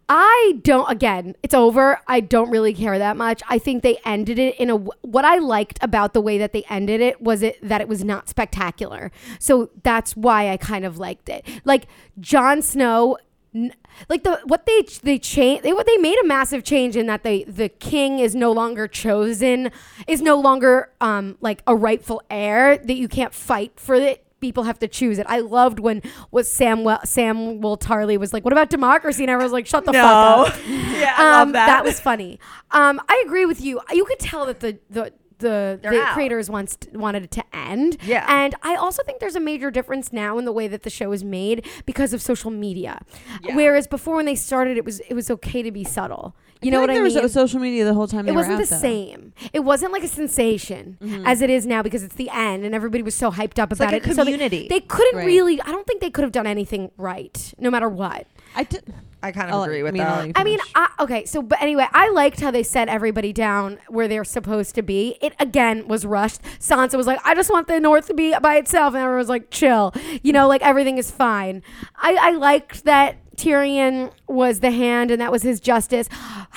Speaker 1: I don't, again, it's over. I don't really care that much. I think they ended it in a, w- what I liked about the way that they ended it was it that it was not spectacular. So that's why I kind of liked it. Like, Jon Snow. n- Like the what they they changed they what they made a massive change in that they the king is no longer chosen is no longer um like a rightful heir that you can't fight for it people have to choose it. I loved when was Samuel Samuel Tarley was like, "What about democracy?" and I was like, "Shut the fuck up."
Speaker 3: yeah,
Speaker 1: um, was funny. Um, I agree with you. You could tell that the the the,
Speaker 3: They're
Speaker 1: the
Speaker 3: out.
Speaker 1: creators once wanted it to end.
Speaker 3: Yeah.
Speaker 1: And I also think there's a major difference now in the way that the show is made because of social media.
Speaker 3: Yeah.
Speaker 1: Whereas before when they started, it was it was okay to be subtle. You know
Speaker 2: feel
Speaker 1: what
Speaker 2: like
Speaker 1: I
Speaker 2: there
Speaker 1: mean?
Speaker 2: was uh, social media the whole time. they
Speaker 1: it
Speaker 2: were
Speaker 1: wasn't
Speaker 2: out,
Speaker 1: the
Speaker 2: though.
Speaker 1: same. It wasn't like a sensation as it is now because it's the end and everybody was so hyped up
Speaker 3: It's
Speaker 1: about
Speaker 3: like
Speaker 1: it.
Speaker 3: a
Speaker 1: So they-
Speaker 3: community.
Speaker 1: they, couldn't
Speaker 2: Right.
Speaker 1: really. I don't think they could have done anything right, no matter what.
Speaker 2: I did.
Speaker 3: I kind
Speaker 2: I'll-
Speaker 3: of agree with
Speaker 2: I mean, I'll
Speaker 3: that.
Speaker 2: let you
Speaker 1: I mean,
Speaker 2: finish.
Speaker 1: I, okay. So, but anyway, I liked how they set everybody down where they're supposed to be. It again was rushed. Sansa was like, "I just want the North to be by itself," and everyone was like, "Chill," you know, like everything is fine. I, I liked that Tyrion was the hand and that was his justice.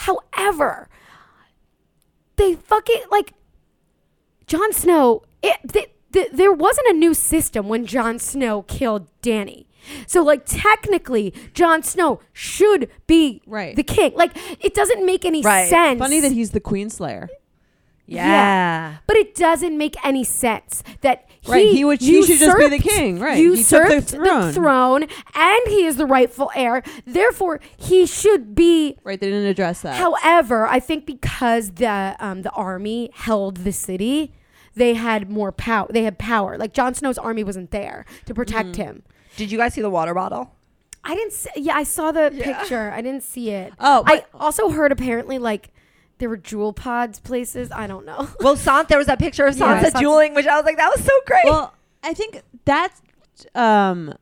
Speaker 1: However, they fucking like Jon Snow. It, th- th- there wasn't a new system when Jon Snow killed Danny. So like technically, Jon Snow should be
Speaker 2: Right.
Speaker 1: the king. Like it doesn't make any
Speaker 3: Right.
Speaker 1: sense.
Speaker 2: Funny that he's the queen slayer.
Speaker 3: yeah.
Speaker 1: yeah. but it doesn't make any sense that he
Speaker 2: Right, he would- he should just be the
Speaker 1: usurped-
Speaker 2: king, right. He took
Speaker 1: Usurped the,
Speaker 2: the
Speaker 1: throne.
Speaker 2: throne.
Speaker 1: and he is the rightful heir. Therefore, he should be
Speaker 2: Right, they didn't address that.
Speaker 1: However, I think because the um, the army held the city, they had more power. They had power. Like Jon Snow's army wasn't there to protect
Speaker 2: Mm-hmm.
Speaker 1: him.
Speaker 3: Did you guys see the water bottle?
Speaker 1: I didn't. See, yeah, I saw the picture. I didn't see it.
Speaker 2: Oh,
Speaker 1: I
Speaker 2: but-
Speaker 1: also heard apparently like There were jewel pods places. I don't know.
Speaker 3: Well, Sant, there was that picture of
Speaker 1: Yeah,
Speaker 3: Sansa
Speaker 1: Sansa-
Speaker 3: dueling, which I was like, that was so great.
Speaker 2: Well, I think that's um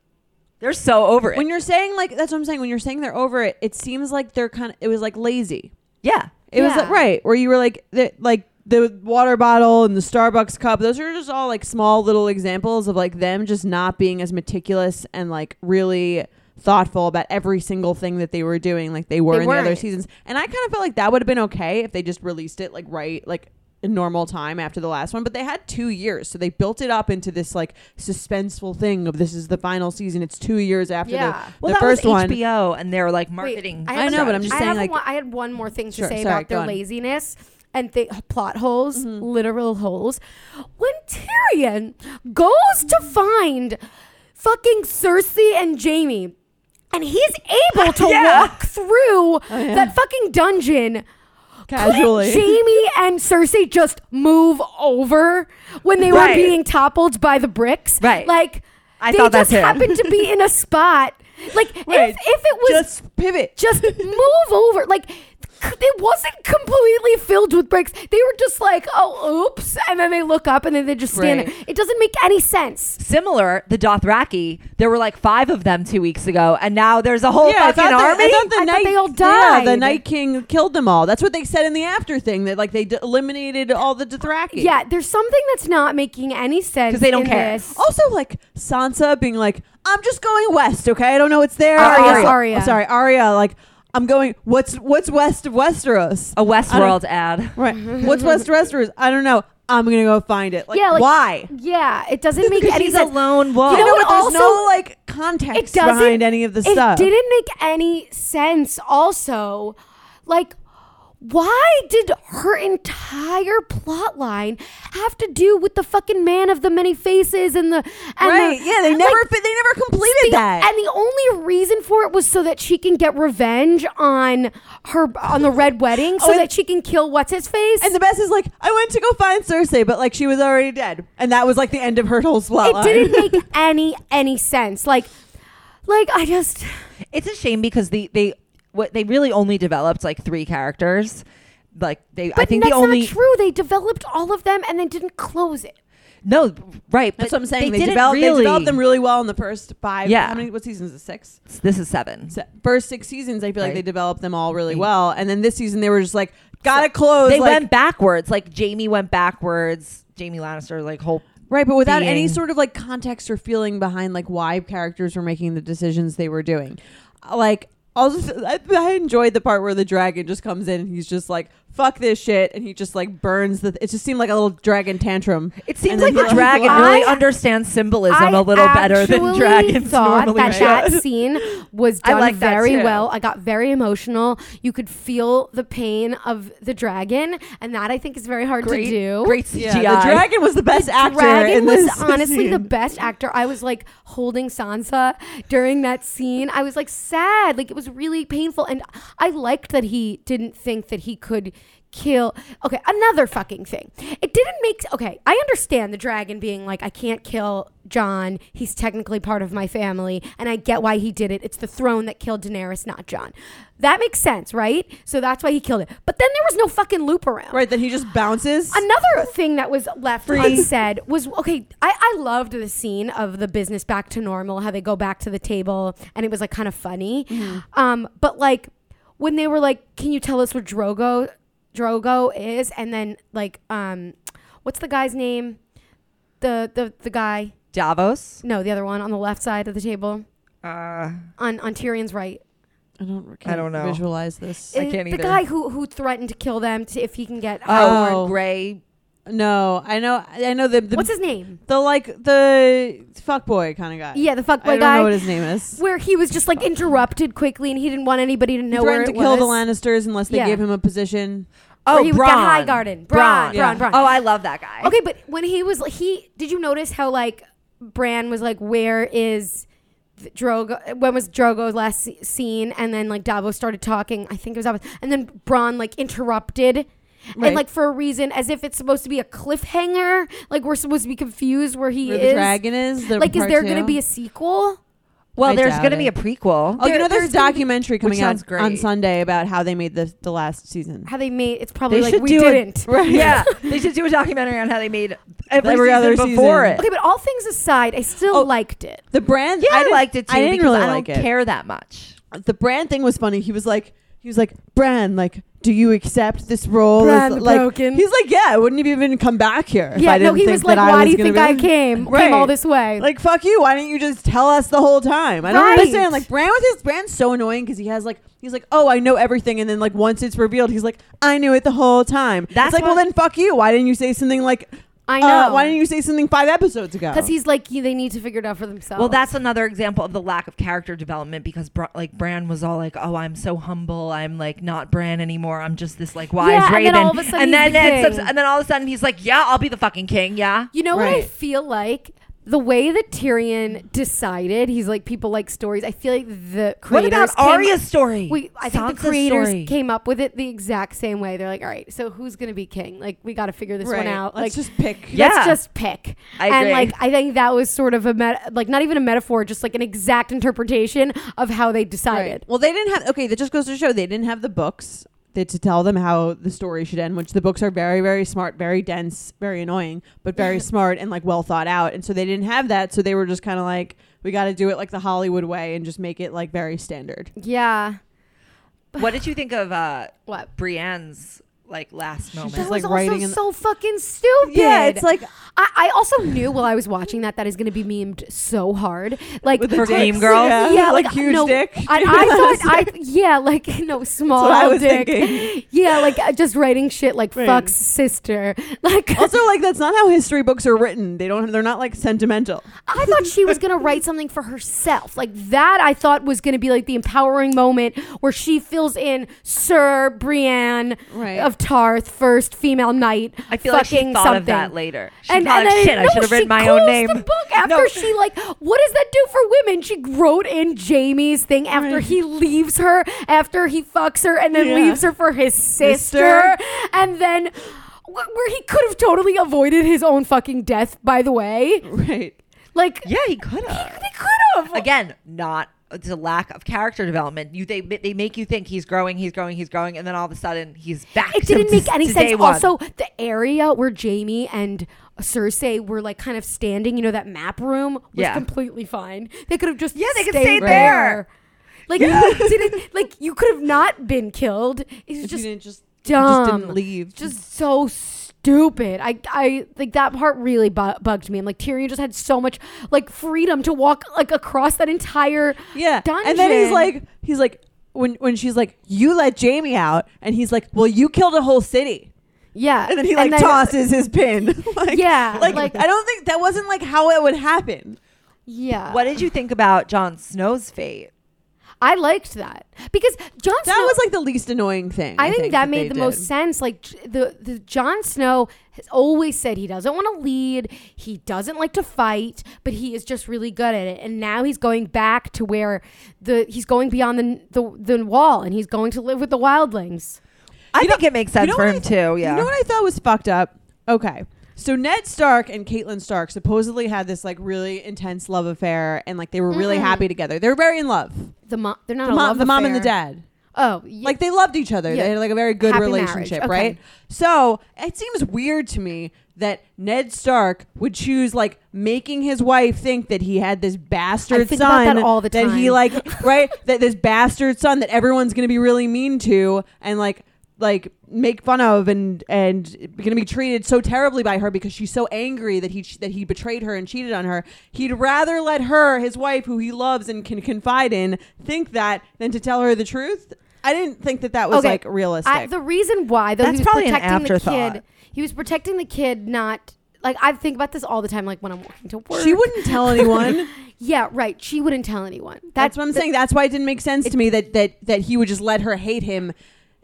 Speaker 3: They're so over it.
Speaker 2: when you're saying like that's what I'm saying. When you're saying they're over it, it seems like they're kind of it was like lazy.
Speaker 3: yeah.
Speaker 2: It was like,
Speaker 1: Yeah.
Speaker 2: right where you were like the, like the water bottle and the Starbucks cup. Those are just all like small little examples of like them just not being as meticulous and like really thoughtful about every single thing that they were doing like they were
Speaker 1: They
Speaker 2: in the other
Speaker 1: weren't.
Speaker 2: seasons. And I kind of felt like that would have been okay if they just released it like right like in normal time after the last one, but they had 2 years. So they built it up into this like suspenseful thing of this is the final season. It's 2 years after
Speaker 1: Yeah.
Speaker 2: the,
Speaker 3: Well,
Speaker 2: the
Speaker 3: that
Speaker 2: first
Speaker 3: was
Speaker 2: one.
Speaker 3: HBO, and they're like
Speaker 1: Wait,
Speaker 3: marketing.
Speaker 1: have
Speaker 2: I know, but I'm just
Speaker 1: I
Speaker 2: saying,
Speaker 1: have
Speaker 2: like-
Speaker 1: one- I had one more thing to
Speaker 2: Sure,
Speaker 1: say
Speaker 2: sorry,
Speaker 1: about their
Speaker 2: go on. Mm-hmm.
Speaker 1: laziness and thi- plot holes, literal holes. When Tyrion goes to find fucking Cersei and Jamie, and he's able to
Speaker 3: Yeah.
Speaker 1: walk through that fucking dungeon. couldn't
Speaker 2: Oh, Casually.
Speaker 1: Jamie and Cersei just move over when they were
Speaker 3: Right.
Speaker 1: being toppled by the bricks.
Speaker 3: Right.
Speaker 1: Like
Speaker 3: I
Speaker 1: they
Speaker 3: thought that
Speaker 1: just
Speaker 3: too.
Speaker 1: happened to be in a spot. Like
Speaker 2: Right.
Speaker 1: if, if it was
Speaker 2: just pivot.
Speaker 1: just move over. Like c- it wasn't completely filled with bricks. They were just like, oh, oops, and then they look up and then they just stand there.
Speaker 2: Right.
Speaker 1: It doesn't make any sense.
Speaker 3: Similar, the Dothraki. There were like five of them two weeks ago, and now there's a whole
Speaker 2: I
Speaker 3: fucking
Speaker 2: thought the-
Speaker 3: army.
Speaker 2: I thought the
Speaker 1: I thought
Speaker 2: Night-
Speaker 1: they all
Speaker 2: yeah, the
Speaker 1: died.
Speaker 2: Night King killed them all. That's what they said in the after thing that like they d- eliminated all the Dothraki.
Speaker 1: Yeah, there's something that's not making any sense
Speaker 3: 'Cause they don't
Speaker 1: in
Speaker 3: care.
Speaker 1: This.
Speaker 2: Also, like Sansa being like, "I'm just going west, okay? I don't know what's there."
Speaker 1: Uh, Arya,
Speaker 2: Also-
Speaker 1: Arya.
Speaker 2: I'm sorry, Arya. Like, I'm going. What's what's west of Westeros?
Speaker 3: a
Speaker 2: I don't-
Speaker 3: Westworld ad.
Speaker 2: Right. What's west of Westeros? I don't know. I'm gonna go find it. Like,
Speaker 1: yeah, like,
Speaker 2: why?
Speaker 1: Yeah, it doesn't make any
Speaker 3: She's a
Speaker 1: sense.
Speaker 3: lone wolf.
Speaker 1: You know
Speaker 2: I
Speaker 1: what
Speaker 2: There's no
Speaker 1: also-
Speaker 2: like context
Speaker 1: it doesn't
Speaker 2: behind any of the
Speaker 1: it
Speaker 2: stuff.
Speaker 1: didn't make any sense. Also, like, why did her entire plot line have to do with the fucking man of the many faces and the and the-
Speaker 2: right. yeah. They
Speaker 1: and,
Speaker 2: never
Speaker 1: like,
Speaker 2: fi- they never completed
Speaker 1: the-
Speaker 2: that.
Speaker 1: And the only reason for it was so that she can get revenge on her on the red wedding, so
Speaker 2: Oh, and-
Speaker 1: that she can kill what's his face.
Speaker 2: And the best is like, I went to go find Cersei, but like she was already dead, and that was like the end of her whole plot
Speaker 1: it
Speaker 2: line.
Speaker 1: didn't make any any sense. Like, like I just
Speaker 3: it's a shame because the they what they really only developed like three characters. Like they,
Speaker 1: but
Speaker 3: I think
Speaker 1: that's
Speaker 3: the only
Speaker 1: not true. They developed all of them and then didn't close it.
Speaker 3: no right.
Speaker 2: That's
Speaker 3: but
Speaker 2: what I'm saying. They,
Speaker 3: didn't
Speaker 2: developed, they
Speaker 3: really-
Speaker 2: developed them really well in the first five.
Speaker 3: Yeah.
Speaker 2: How many? What seasons is it? six?
Speaker 3: This is seven.
Speaker 2: Se- First six seasons, I feel like
Speaker 3: Right.
Speaker 2: they developed them all really well, and then this season they were just like, gotta close.
Speaker 3: they
Speaker 2: like-
Speaker 3: went backwards. Like Jamie went backwards. Jamie Lannister, like whole
Speaker 2: right, but without any
Speaker 3: being-
Speaker 2: sort of like context or feeling behind like why characters were making the decisions they were doing. Uh, Like. Also, I, I enjoyed the part where the dragon just comes in and he's just like, "Fuck this shit," and he just like burns the. it just seemed like a little dragon tantrum.
Speaker 3: It seems
Speaker 2: And then
Speaker 3: like the
Speaker 2: he-
Speaker 3: dragon
Speaker 1: I-
Speaker 3: really understands symbolism
Speaker 1: I
Speaker 3: a little better than
Speaker 1: actually
Speaker 3: dragons
Speaker 1: thought
Speaker 3: normally
Speaker 1: that
Speaker 3: do.
Speaker 1: that scene was
Speaker 3: I
Speaker 1: done
Speaker 3: like that
Speaker 1: very
Speaker 3: too.
Speaker 1: well. I got very emotional. You could feel the pain of the dragon, and that I think is very hard
Speaker 3: Great,
Speaker 1: to do.
Speaker 3: great
Speaker 2: Yeah,
Speaker 3: CGI.
Speaker 2: the dragon was the best actor.
Speaker 1: Dragon
Speaker 2: in
Speaker 1: was
Speaker 2: this
Speaker 1: honestly the
Speaker 2: scene.
Speaker 1: best actor. I was like holding Sansa during that scene. I was like sad. Like it was really painful. And I liked that he didn't think that he could kill. Okay, another fucking thing. It didn't make. Okay, I understand the dragon being like, I can't kill John. He's technically part of my family. And I get why he did it. It's the throne that killed Daenerys, not John. That makes sense, right? So that's why he killed it. But then there was no fucking loop around.
Speaker 2: Right, then he just bounces.
Speaker 1: Another thing that was left unsaid was okay. I, I loved the scene of the business back to normal, how they go back to the table, and it was like kind of funny.
Speaker 2: Mm-hmm.
Speaker 1: Um, but like when they were like, "Can you tell us where Drogo Drogo is?" and then like, um, what's the guy's name? The the the guy?
Speaker 3: Davos.
Speaker 1: No, the other one on the left side of the table
Speaker 3: Uh,
Speaker 1: on on Tyrion's right. Eh,
Speaker 2: I don't.
Speaker 3: can't don't know.
Speaker 2: Visualize this.
Speaker 3: I can't
Speaker 1: the
Speaker 3: either.
Speaker 1: guy who who threatened to kill them to, if he can get.
Speaker 2: Oh.
Speaker 3: Howard Gray.
Speaker 2: no, I know. I know the the,
Speaker 1: what's his name?
Speaker 2: the like the fuck boy kind of guy.
Speaker 1: Yeah, the fuck
Speaker 2: I
Speaker 1: boy
Speaker 2: don't
Speaker 1: guy.
Speaker 2: know what his name is.
Speaker 1: where he was just like interrupted quickly and he didn't want anybody to
Speaker 2: He
Speaker 1: know where
Speaker 2: threatened
Speaker 1: it
Speaker 2: to kill
Speaker 1: was.
Speaker 2: the Lannisters unless they
Speaker 1: Yeah.
Speaker 2: gave him a position.
Speaker 1: Or
Speaker 3: Oh,
Speaker 1: he was
Speaker 3: Bronn.
Speaker 1: the High Garden. Bron,
Speaker 2: Bronn.
Speaker 1: Bron, Bron.
Speaker 3: Oh, I love that guy.
Speaker 1: Okay, but when he was he did you notice how like Bran was like where is th- Drogo when was Drogo last se- seen and then like Davos started talking I think it was Davos and then Bron like interrupted
Speaker 2: Right.
Speaker 1: and like for a reason as if it's supposed to be a cliffhanger like we're supposed to be confused where he
Speaker 2: Where
Speaker 1: is
Speaker 2: the dragon is. The
Speaker 1: like is
Speaker 2: part
Speaker 1: there
Speaker 2: two.
Speaker 1: going to be a sequel
Speaker 3: Well,
Speaker 2: I
Speaker 3: there's
Speaker 2: doubt
Speaker 3: going to be
Speaker 2: it.
Speaker 3: a prequel.
Speaker 2: Oh, you
Speaker 1: There-
Speaker 2: know, there's,
Speaker 1: there's
Speaker 2: a
Speaker 1: gonna be-
Speaker 2: documentary coming
Speaker 3: sounds
Speaker 2: out
Speaker 3: great.
Speaker 2: on Sunday about how they made the the last season.
Speaker 1: How they made it's probably like we
Speaker 3: do a-
Speaker 1: didn't.
Speaker 2: Right.
Speaker 3: yeah, they should do a documentary on how they made every,
Speaker 2: Every
Speaker 3: season
Speaker 2: other
Speaker 3: before
Speaker 2: season.
Speaker 3: it.
Speaker 1: Okay, but all things aside, I still
Speaker 2: Oh.
Speaker 1: liked it.
Speaker 2: The brand,
Speaker 3: Yeah, I,
Speaker 2: didn't-
Speaker 3: liked it too.
Speaker 2: I didn't
Speaker 3: because
Speaker 2: really
Speaker 3: I don't
Speaker 2: like it.
Speaker 3: care that much.
Speaker 2: The brand thing was funny. He was like, he was like, Bran, like, do you accept this role?
Speaker 1: Bran
Speaker 2: as,
Speaker 1: the
Speaker 2: like,
Speaker 1: Broken.
Speaker 2: He's like, yeah, I wouldn't have even come back here. if
Speaker 1: yeah,
Speaker 2: I
Speaker 1: no,
Speaker 2: didn't
Speaker 1: he
Speaker 2: think
Speaker 1: was like,
Speaker 2: that I
Speaker 1: "Why do you
Speaker 2: gonna
Speaker 1: think
Speaker 2: be-
Speaker 1: I came?
Speaker 2: Right.
Speaker 1: Came all this way?"
Speaker 2: Like, fuck you. Why didn't you just tell us the whole time? I don't
Speaker 1: Right.
Speaker 2: understand. Like, Bran with his Bran's so annoying because he has like, he's like, oh, I know everything, and then like once it's revealed, he's like, I knew it the whole time.
Speaker 3: That's
Speaker 2: it's like, well,
Speaker 3: why-
Speaker 2: then fuck you. Why didn't you say something like?
Speaker 1: I
Speaker 2: uh,
Speaker 1: know.
Speaker 2: why didn't you say something five episodes ago?
Speaker 1: Because he's like, he- they need to figure it out for themselves.
Speaker 3: Well, that's another example of the lack of character development because Br- like Bran was all like, "Oh, I'm so humble. I'm like not Bran anymore. I'm just this like wise
Speaker 1: Yeah, and then
Speaker 3: raven."
Speaker 1: all of a sudden
Speaker 3: and
Speaker 1: he's
Speaker 3: then
Speaker 1: the
Speaker 3: it's-
Speaker 1: king.
Speaker 3: and then all of a sudden he's like, "Yeah, I'll be the fucking king." Yeah.
Speaker 1: You know what I
Speaker 2: Right.
Speaker 1: feel like? The way that Tyrion decided, he's like people like stories. I feel like the
Speaker 3: What
Speaker 1: creators.
Speaker 3: about
Speaker 1: came-
Speaker 3: Arya's story?
Speaker 1: Wait, I think
Speaker 3: Sansa's
Speaker 1: the creators
Speaker 3: story.
Speaker 1: came up with it the exact same way. They're like, all right, so who's gonna be king? Like, we got to figure this one out.
Speaker 2: Let's
Speaker 1: like,
Speaker 2: just pick.
Speaker 3: Yeah.
Speaker 1: let's just pick.
Speaker 3: I
Speaker 1: and
Speaker 3: agree.
Speaker 1: like, I think that was sort of a met- like not even a metaphor, just like an exact interpretation of how they decided.
Speaker 2: Well, they didn't have. Okay, that just goes to show they didn't have the books that to tell them how the story should end, which the books are very, very smart, very dense, very annoying, but very smart and like well thought out. And so they didn't have that. So they were just kind of like, we got to do it like the Hollywood way and just make it like very standard.
Speaker 1: Yeah.
Speaker 3: What did you think of uh,
Speaker 1: What?
Speaker 3: Brienne's like last moment?
Speaker 1: That
Speaker 2: Just,
Speaker 1: was
Speaker 2: like,
Speaker 1: also
Speaker 2: writing in the-
Speaker 1: so fucking stupid.
Speaker 2: Yeah, it's like-
Speaker 1: I, I also knew while I was watching that that is going to be memed so hard. Like
Speaker 3: the For Game dicks? Girl?
Speaker 2: Yeah,
Speaker 1: yeah,
Speaker 2: like, huge
Speaker 1: no,
Speaker 2: dick.
Speaker 1: I, I thought, I yeah, like no small
Speaker 2: what I was
Speaker 1: dick.
Speaker 2: thinking.
Speaker 1: Yeah, like uh, just writing shit like
Speaker 2: Right.
Speaker 1: fuck's sister. Like
Speaker 2: also, like that's not how history books are written. They don't. They're not like sentimental.
Speaker 1: I thought she was going to write something for herself. Like that, I thought was going to be like the empowering moment where she fills in Sir Brienne
Speaker 2: Right.
Speaker 1: of Tarth, first female knight.
Speaker 3: I feel like
Speaker 1: fucking
Speaker 3: she thought
Speaker 1: something.
Speaker 3: of that later. She thought,
Speaker 1: then-
Speaker 3: shit, I
Speaker 1: no,
Speaker 3: should have
Speaker 1: she
Speaker 3: written my own
Speaker 1: closed
Speaker 3: name.
Speaker 1: The book after
Speaker 3: No.
Speaker 1: she like, what does that do for women? She wrote in Jamie's thing after he leaves her, after he fucks her, and then
Speaker 2: Yeah.
Speaker 1: leaves her for his sister, and then wh- where he could have totally avoided his own fucking death. By the way,
Speaker 2: Right.
Speaker 1: like
Speaker 3: Yeah, he could have.
Speaker 1: they could have
Speaker 3: Again, not it's a lack of character development. You they they make you think he's growing, he's growing, he's growing, and then all of a sudden he's back.
Speaker 1: It
Speaker 3: to-
Speaker 1: didn't make any
Speaker 3: to day
Speaker 1: sense.
Speaker 3: one.
Speaker 1: Also, the area where Jamie and Cersei were like kind of standing, you know, that map room was
Speaker 3: Yeah.
Speaker 1: completely fine. They could have just
Speaker 3: Yeah, they could
Speaker 1: stayed
Speaker 3: stay
Speaker 1: there.
Speaker 3: there.
Speaker 1: Like, you didn't, like you could have not been killed. It's
Speaker 2: If
Speaker 1: just
Speaker 2: you didn't just you
Speaker 1: dumb.
Speaker 2: Just didn't leave.
Speaker 1: Just so stupid. I I like that part really bu- bugged me. I'm like Tyrion just had so much like freedom to walk like across that entire
Speaker 2: Yeah.
Speaker 1: dungeon.
Speaker 2: And then he's like, he's like, when when she's like, you let Jamie out, and he's like, well, you killed a whole city,
Speaker 1: yeah,
Speaker 2: and then he like tosses his pin. like,
Speaker 1: Yeah,
Speaker 2: Like,
Speaker 1: like-
Speaker 2: I don't think that wasn't like how it would happen.
Speaker 1: Yeah,
Speaker 3: what did you think about Jon Snow's fate?
Speaker 1: I liked that because Jon
Speaker 2: That
Speaker 1: Snow
Speaker 2: was like the least annoying thing.
Speaker 1: I think that
Speaker 2: they
Speaker 1: made the
Speaker 2: did.
Speaker 1: most sense. Like j- the the Jon Snow has always said he doesn't want to lead, he doesn't like to fight, but he is just really good at it. And now he's going back to where the he's going beyond the the, the wall, and he's going to live with the wildlings.
Speaker 3: I
Speaker 2: You know-
Speaker 3: think it makes sense
Speaker 2: you know
Speaker 3: for
Speaker 2: what
Speaker 3: him
Speaker 2: I-
Speaker 3: too. Yeah.
Speaker 2: You know what I thought was fucked up? Okay. So Ned Stark and Catelyn Stark supposedly had this like really intense love affair, and like they were really happy together. They were very in love.
Speaker 1: The mom, they're not
Speaker 2: The
Speaker 1: a
Speaker 2: mom,
Speaker 1: love
Speaker 2: the mom and the
Speaker 1: affair.
Speaker 2: dad.
Speaker 1: Oh, yeah.
Speaker 2: Like they loved each other.
Speaker 1: Yeah.
Speaker 2: They had like a very good
Speaker 1: Happy
Speaker 2: relationship,
Speaker 1: marriage. Okay.
Speaker 2: right? So it seems weird to me that Ned Stark would choose like making his wife think that he had this bastard
Speaker 1: I think about
Speaker 2: son
Speaker 1: that all the
Speaker 2: that he
Speaker 1: time.
Speaker 2: like right that this bastard son that everyone's gonna be really mean to and like like make fun of and and gonna be treated so terribly by her because she's so angry that he that he betrayed her and cheated on her he'd rather let her his wife who he loves and can confide in think that than to tell her the truth i didn't think that that was like realistic
Speaker 1: I, the reason why though
Speaker 3: That's
Speaker 1: he was
Speaker 3: probably an
Speaker 1: protecting the
Speaker 3: afterthought.
Speaker 1: kid, he was protecting the kid, not. Like I think about this all the time. Like when I'm walking to work,
Speaker 2: she wouldn't tell anyone
Speaker 1: Yeah, right. She wouldn't tell anyone.
Speaker 2: That's what I'm
Speaker 1: saying.
Speaker 2: saying. That's why it didn't make sense to me that that that he would just let her hate him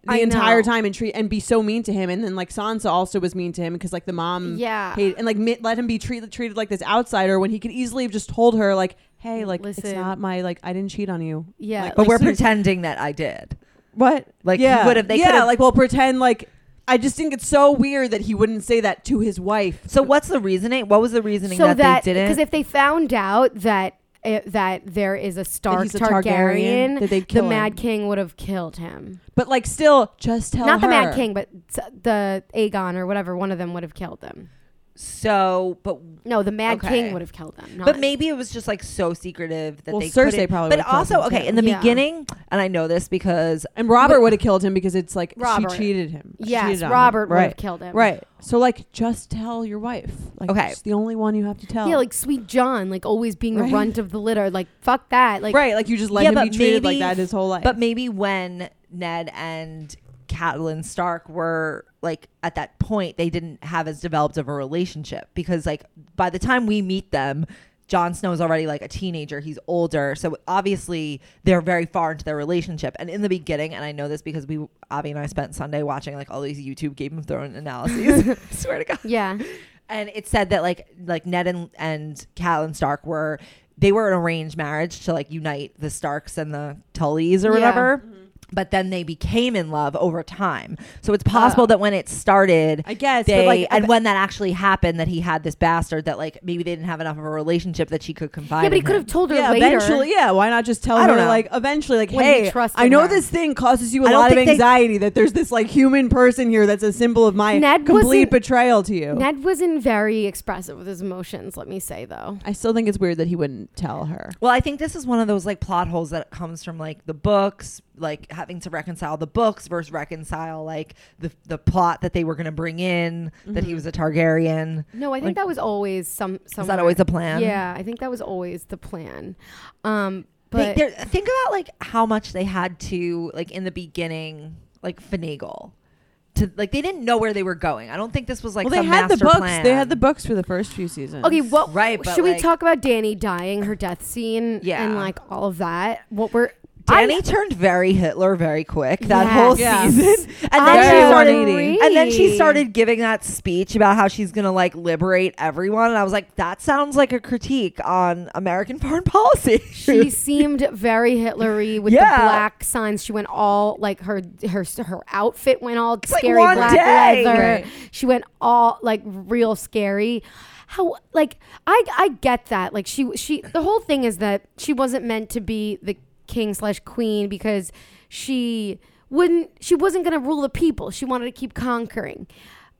Speaker 2: the
Speaker 1: I
Speaker 2: entire
Speaker 1: know.
Speaker 2: time and treat and be so mean to him. And then like Sansa also was mean to him because like the mom
Speaker 1: Yeah.
Speaker 2: hate, and like mi- let him be treated treated like this outsider when he could easily have just told her like. Hey, like it's
Speaker 1: Listen.
Speaker 2: not my like I didn't cheat on you.
Speaker 1: Yeah.
Speaker 2: Like,
Speaker 1: But
Speaker 3: but
Speaker 2: like,
Speaker 3: we're
Speaker 2: so-
Speaker 3: pretending that I did.
Speaker 2: what?
Speaker 3: like, he
Speaker 2: yeah,
Speaker 3: would've- they
Speaker 2: yeah,
Speaker 3: could've-
Speaker 2: like well pretend like I just think it's so weird that he wouldn't say that to his wife.
Speaker 3: So what's the reasoning? What was the reasoning that, they didn't?
Speaker 1: because if they found out that uh, that there is a Stark
Speaker 2: he's a
Speaker 1: Targaryen,
Speaker 2: Targaryen, that they'd
Speaker 1: the
Speaker 2: kill him.
Speaker 1: Mad King would have killed him.
Speaker 2: But like, still, just tell
Speaker 1: Not the
Speaker 2: her.
Speaker 1: Mad King, but s- the Aegon or whatever. One of them would have killed them.
Speaker 3: So, but
Speaker 1: No, the Mad
Speaker 3: Okay.
Speaker 1: King would have killed them. Not,
Speaker 3: but maybe it was just like so secretive that
Speaker 2: Well,
Speaker 3: they
Speaker 2: Cersei
Speaker 3: couldn't-
Speaker 2: probably
Speaker 3: But
Speaker 2: would've killed
Speaker 3: also,
Speaker 2: him,
Speaker 3: okay,
Speaker 2: too.
Speaker 3: in the
Speaker 1: Yeah.
Speaker 3: beginning, and I know this because
Speaker 2: And Robert would have killed him because it's like
Speaker 1: Robert.
Speaker 2: she cheated him. She
Speaker 1: yes,
Speaker 2: cheated on him.
Speaker 1: Robert would have
Speaker 2: Right.
Speaker 1: killed him.
Speaker 2: Right. So like, just tell your wife. Like,
Speaker 3: Okay.
Speaker 2: It's the only one you have to tell.
Speaker 1: Yeah, like Sweet John, like always being the
Speaker 2: Right.
Speaker 1: runt of the litter. Like fuck that. Like
Speaker 2: right. Like you just let
Speaker 3: Yeah,
Speaker 2: him be
Speaker 3: but
Speaker 2: treated like
Speaker 3: maybe-
Speaker 2: that his whole life.
Speaker 3: But maybe when Ned and Catelyn Stark were like at that point, they didn't have as developed of a relationship because like by the time we meet them, Jon Snow is already like a teenager. He's older, so obviously they're very far into their relationship. And in the beginning, and I know this because we Avi and I spent Sunday watching like all these YouTube Game of Thrones analyses. Swear to God
Speaker 1: yeah,
Speaker 3: and it said that like like Ned and and Catelyn Stark were they were an arranged marriage to like unite the Starks and the Tullys
Speaker 1: Yeah.
Speaker 3: or whatever. But then they became in love over time. So it's
Speaker 1: Uh.
Speaker 3: possible
Speaker 2: Oh.
Speaker 3: that when it started,
Speaker 2: I guess, but,
Speaker 3: they
Speaker 2: like,
Speaker 3: and
Speaker 2: ab-
Speaker 3: when that actually happened, that he had this bastard that like maybe they didn't have enough of a relationship that she could confide.
Speaker 1: yeah. But he
Speaker 3: in
Speaker 1: could have
Speaker 3: him.
Speaker 1: told her
Speaker 2: yeah,
Speaker 1: later.
Speaker 2: eventually, yeah. Why not just tell
Speaker 3: I
Speaker 2: her?
Speaker 3: don't know.
Speaker 2: Like, eventually, like,
Speaker 1: When he
Speaker 2: hey,
Speaker 1: trusted
Speaker 2: I know
Speaker 1: her.
Speaker 2: this thing causes you a
Speaker 3: I don't
Speaker 2: lot of
Speaker 3: think they-
Speaker 2: anxiety. that there's this like human person here that's a symbol of my
Speaker 1: Ned wasn't-
Speaker 2: complete betrayal to you.
Speaker 1: Ned wasn't very expressive with his emotions. Let me say though.
Speaker 2: I still think it's weird that he wouldn't tell her.
Speaker 3: Well, I think this is one of those like plot holes that comes from like the books, like having to reconcile the books versus reconcile like the the plot that they were going to bring in that
Speaker 1: Mm-hmm.
Speaker 3: he was a Targaryen.
Speaker 1: No, I think
Speaker 3: Like-
Speaker 1: that was always some.
Speaker 3: Is
Speaker 1: somewhere.
Speaker 3: that always a plan?
Speaker 1: Yeah, I think that was always the plan. Um, but
Speaker 3: Think, there- think about like how much they had to like in the beginning, like finagle, to like they didn't know where they were going. I don't think this was like
Speaker 2: well, they
Speaker 3: some
Speaker 2: had the
Speaker 3: master
Speaker 2: books.
Speaker 3: plan.
Speaker 2: They had the books for the first few seasons.
Speaker 1: okay, what?
Speaker 3: Right, but,
Speaker 1: should we
Speaker 3: like-
Speaker 1: talk about Danny dying, her death scene,
Speaker 3: Yeah.
Speaker 1: and like all of that? What we're
Speaker 3: Danny
Speaker 1: I-
Speaker 3: turned very Hitler very quick that
Speaker 1: Yes.
Speaker 3: whole
Speaker 2: Yes.
Speaker 3: season, and
Speaker 1: I
Speaker 3: then she
Speaker 2: Very
Speaker 3: started
Speaker 2: 180.
Speaker 3: And then she
Speaker 1: agree.
Speaker 3: started giving that speech about how she's going to like liberate everyone. And I was like, that sounds like a critique on American foreign policy.
Speaker 1: She seemed very Hitlery with
Speaker 3: Yeah.
Speaker 1: the black signs. She went all like her her her outfit went all
Speaker 3: like
Speaker 1: scary
Speaker 3: one
Speaker 1: black
Speaker 3: day.
Speaker 1: leather.
Speaker 2: Right.
Speaker 1: She went all like real scary. How like I I get that like she she the whole thing is that she wasn't meant to be the king slash queen because she wouldn't she wasn't gonna rule the people. She wanted to keep conquering.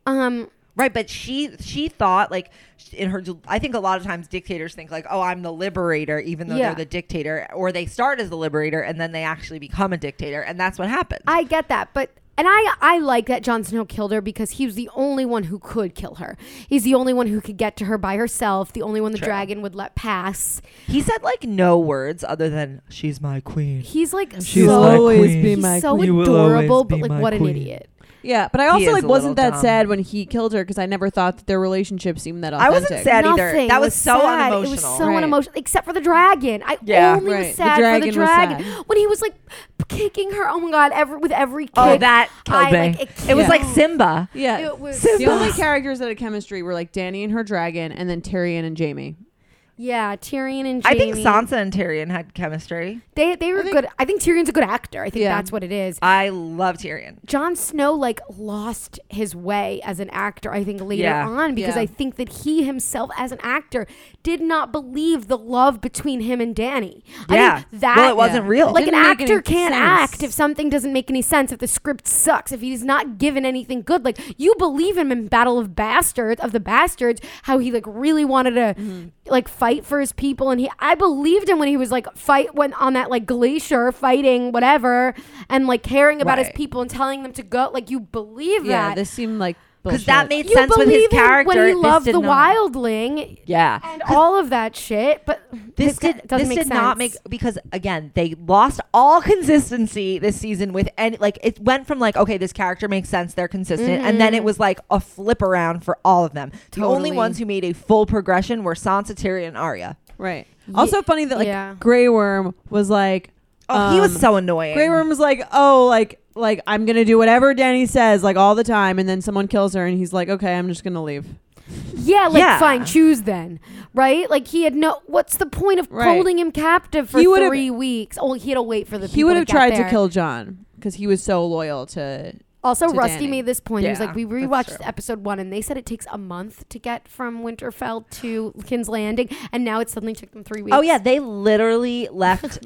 Speaker 1: Um,
Speaker 3: Right, but she she thought like sh- in her I think a lot of times dictators think like, "Oh, I'm the liberator," even though
Speaker 1: Yeah.
Speaker 3: they're the dictator or they start as the liberator and then they actually become a dictator and that's what happened.
Speaker 1: I get that, but and I I like that Jon Snow killed her because he was the only one who could kill her. He's the only one who could get to her by herself. The only one the
Speaker 3: True.
Speaker 1: dragon would let pass.
Speaker 3: he said like no words other than she's my queen.
Speaker 1: He's like
Speaker 2: She's
Speaker 1: so
Speaker 2: my always queen. be
Speaker 1: he's
Speaker 2: my
Speaker 1: so
Speaker 4: queen. You will
Speaker 1: adorable,
Speaker 4: always
Speaker 1: but
Speaker 4: be
Speaker 1: like
Speaker 4: my
Speaker 1: what an
Speaker 4: queen.
Speaker 1: idiot.
Speaker 2: Yeah, but I
Speaker 3: He
Speaker 2: also
Speaker 3: is
Speaker 2: like
Speaker 3: a
Speaker 2: wasn't
Speaker 3: little
Speaker 2: that
Speaker 3: dumb.
Speaker 2: sad when he killed her because I never thought that their relationship seemed that
Speaker 3: I
Speaker 2: authentic.
Speaker 3: wasn't sad either.
Speaker 1: Nothing
Speaker 3: That was, so
Speaker 1: sad.
Speaker 3: unemotional.
Speaker 1: It was so
Speaker 2: Right.
Speaker 1: unemotional, except for the dragon. I
Speaker 3: Yeah.
Speaker 1: only
Speaker 2: Right.
Speaker 1: was
Speaker 2: The
Speaker 1: sad for the
Speaker 2: dragon was
Speaker 1: dragon
Speaker 2: sad.
Speaker 1: when he was like kicking her. Oh my god! Every with every kick,
Speaker 3: oh, that killed
Speaker 1: I,
Speaker 3: me.
Speaker 1: like,
Speaker 3: it,
Speaker 1: it
Speaker 3: was
Speaker 2: killed
Speaker 3: like
Speaker 1: me.
Speaker 3: Simba.
Speaker 2: Yeah.
Speaker 1: it was
Speaker 2: The only characters that had chemistry were like Danny and her dragon, and then Tyrion and Jamie.
Speaker 1: yeah. Tyrion and Jamie.
Speaker 3: I think Sansa and Tyrion had chemistry.
Speaker 1: They they were
Speaker 2: think-
Speaker 1: good. I think Tyrion's a good actor. I think
Speaker 2: Yeah.
Speaker 1: that's what it is.
Speaker 3: I love Tyrion.
Speaker 1: Jon Snow like lost his way as an actor, I think, later
Speaker 3: Yeah.
Speaker 1: on, because
Speaker 2: Yeah.
Speaker 1: I think that he himself as an actor did not believe the love between him and Danny. I
Speaker 3: Yeah.
Speaker 1: think that
Speaker 3: well, it wasn't
Speaker 2: yeah.
Speaker 3: real.
Speaker 2: It
Speaker 1: like an
Speaker 2: didn't make any
Speaker 1: actor can't
Speaker 2: sense.
Speaker 1: act if something doesn't make any sense, if the script sucks, if he's not given anything good. Like you believe him in Battle of Bastards of the Bastards, how he like really wanted to
Speaker 3: Mm-hmm.
Speaker 1: like fight for his people and he I believed him when he was like fight when on that like glacier fighting whatever and like caring about his
Speaker 3: Right.
Speaker 1: people and telling them to go. Like you believe
Speaker 2: Yeah,
Speaker 1: that.
Speaker 2: this seemed like
Speaker 3: Because
Speaker 2: bullshit.
Speaker 3: that made
Speaker 1: you
Speaker 3: sense with
Speaker 1: believe
Speaker 3: his
Speaker 1: him
Speaker 3: character.
Speaker 1: when he
Speaker 3: This
Speaker 1: loved
Speaker 3: did
Speaker 1: the
Speaker 3: not.
Speaker 1: wildling
Speaker 3: Yeah.
Speaker 1: and all of that shit. But
Speaker 3: this
Speaker 1: guy-
Speaker 3: did
Speaker 1: doesn't
Speaker 3: this
Speaker 1: make
Speaker 3: did
Speaker 1: sense.
Speaker 3: not make because again they lost all consistency this season with any like it went from like okay this character makes sense they're consistent and then it
Speaker 2: Mm-hmm.
Speaker 3: was like a flip around for all of them the only
Speaker 1: Totally.
Speaker 3: ones who made a full progression were Sansa Tyrion and Arya
Speaker 2: right. Also funny that like
Speaker 1: yeah.
Speaker 2: Grey Worm was like,
Speaker 3: oh he was
Speaker 2: um,
Speaker 3: so annoying
Speaker 2: Grey Worm was like, oh, like like I'm gonna do whatever Danny says like all the time, and then someone kills her, and he's like, okay, I'm just gonna leave.
Speaker 1: yeah, like
Speaker 3: Yeah.
Speaker 1: fine, choose then, right? Like he had no. What's the point of
Speaker 2: Right.
Speaker 1: holding him captive for
Speaker 2: He would've-
Speaker 1: three weeks? Oh, he had to wait for the.
Speaker 2: he
Speaker 1: would
Speaker 2: would have tried to kill John because he was so loyal to.
Speaker 1: Also,
Speaker 2: to
Speaker 1: Rusty
Speaker 2: Danny.
Speaker 1: made this point. He was
Speaker 3: Yeah,
Speaker 1: like, "We
Speaker 3: that's
Speaker 1: rewatched
Speaker 3: true.
Speaker 1: episode one, and they said it takes a month to get from Winterfell to King's Landing, and now it suddenly took them three weeks."
Speaker 3: Oh yeah, they literally left.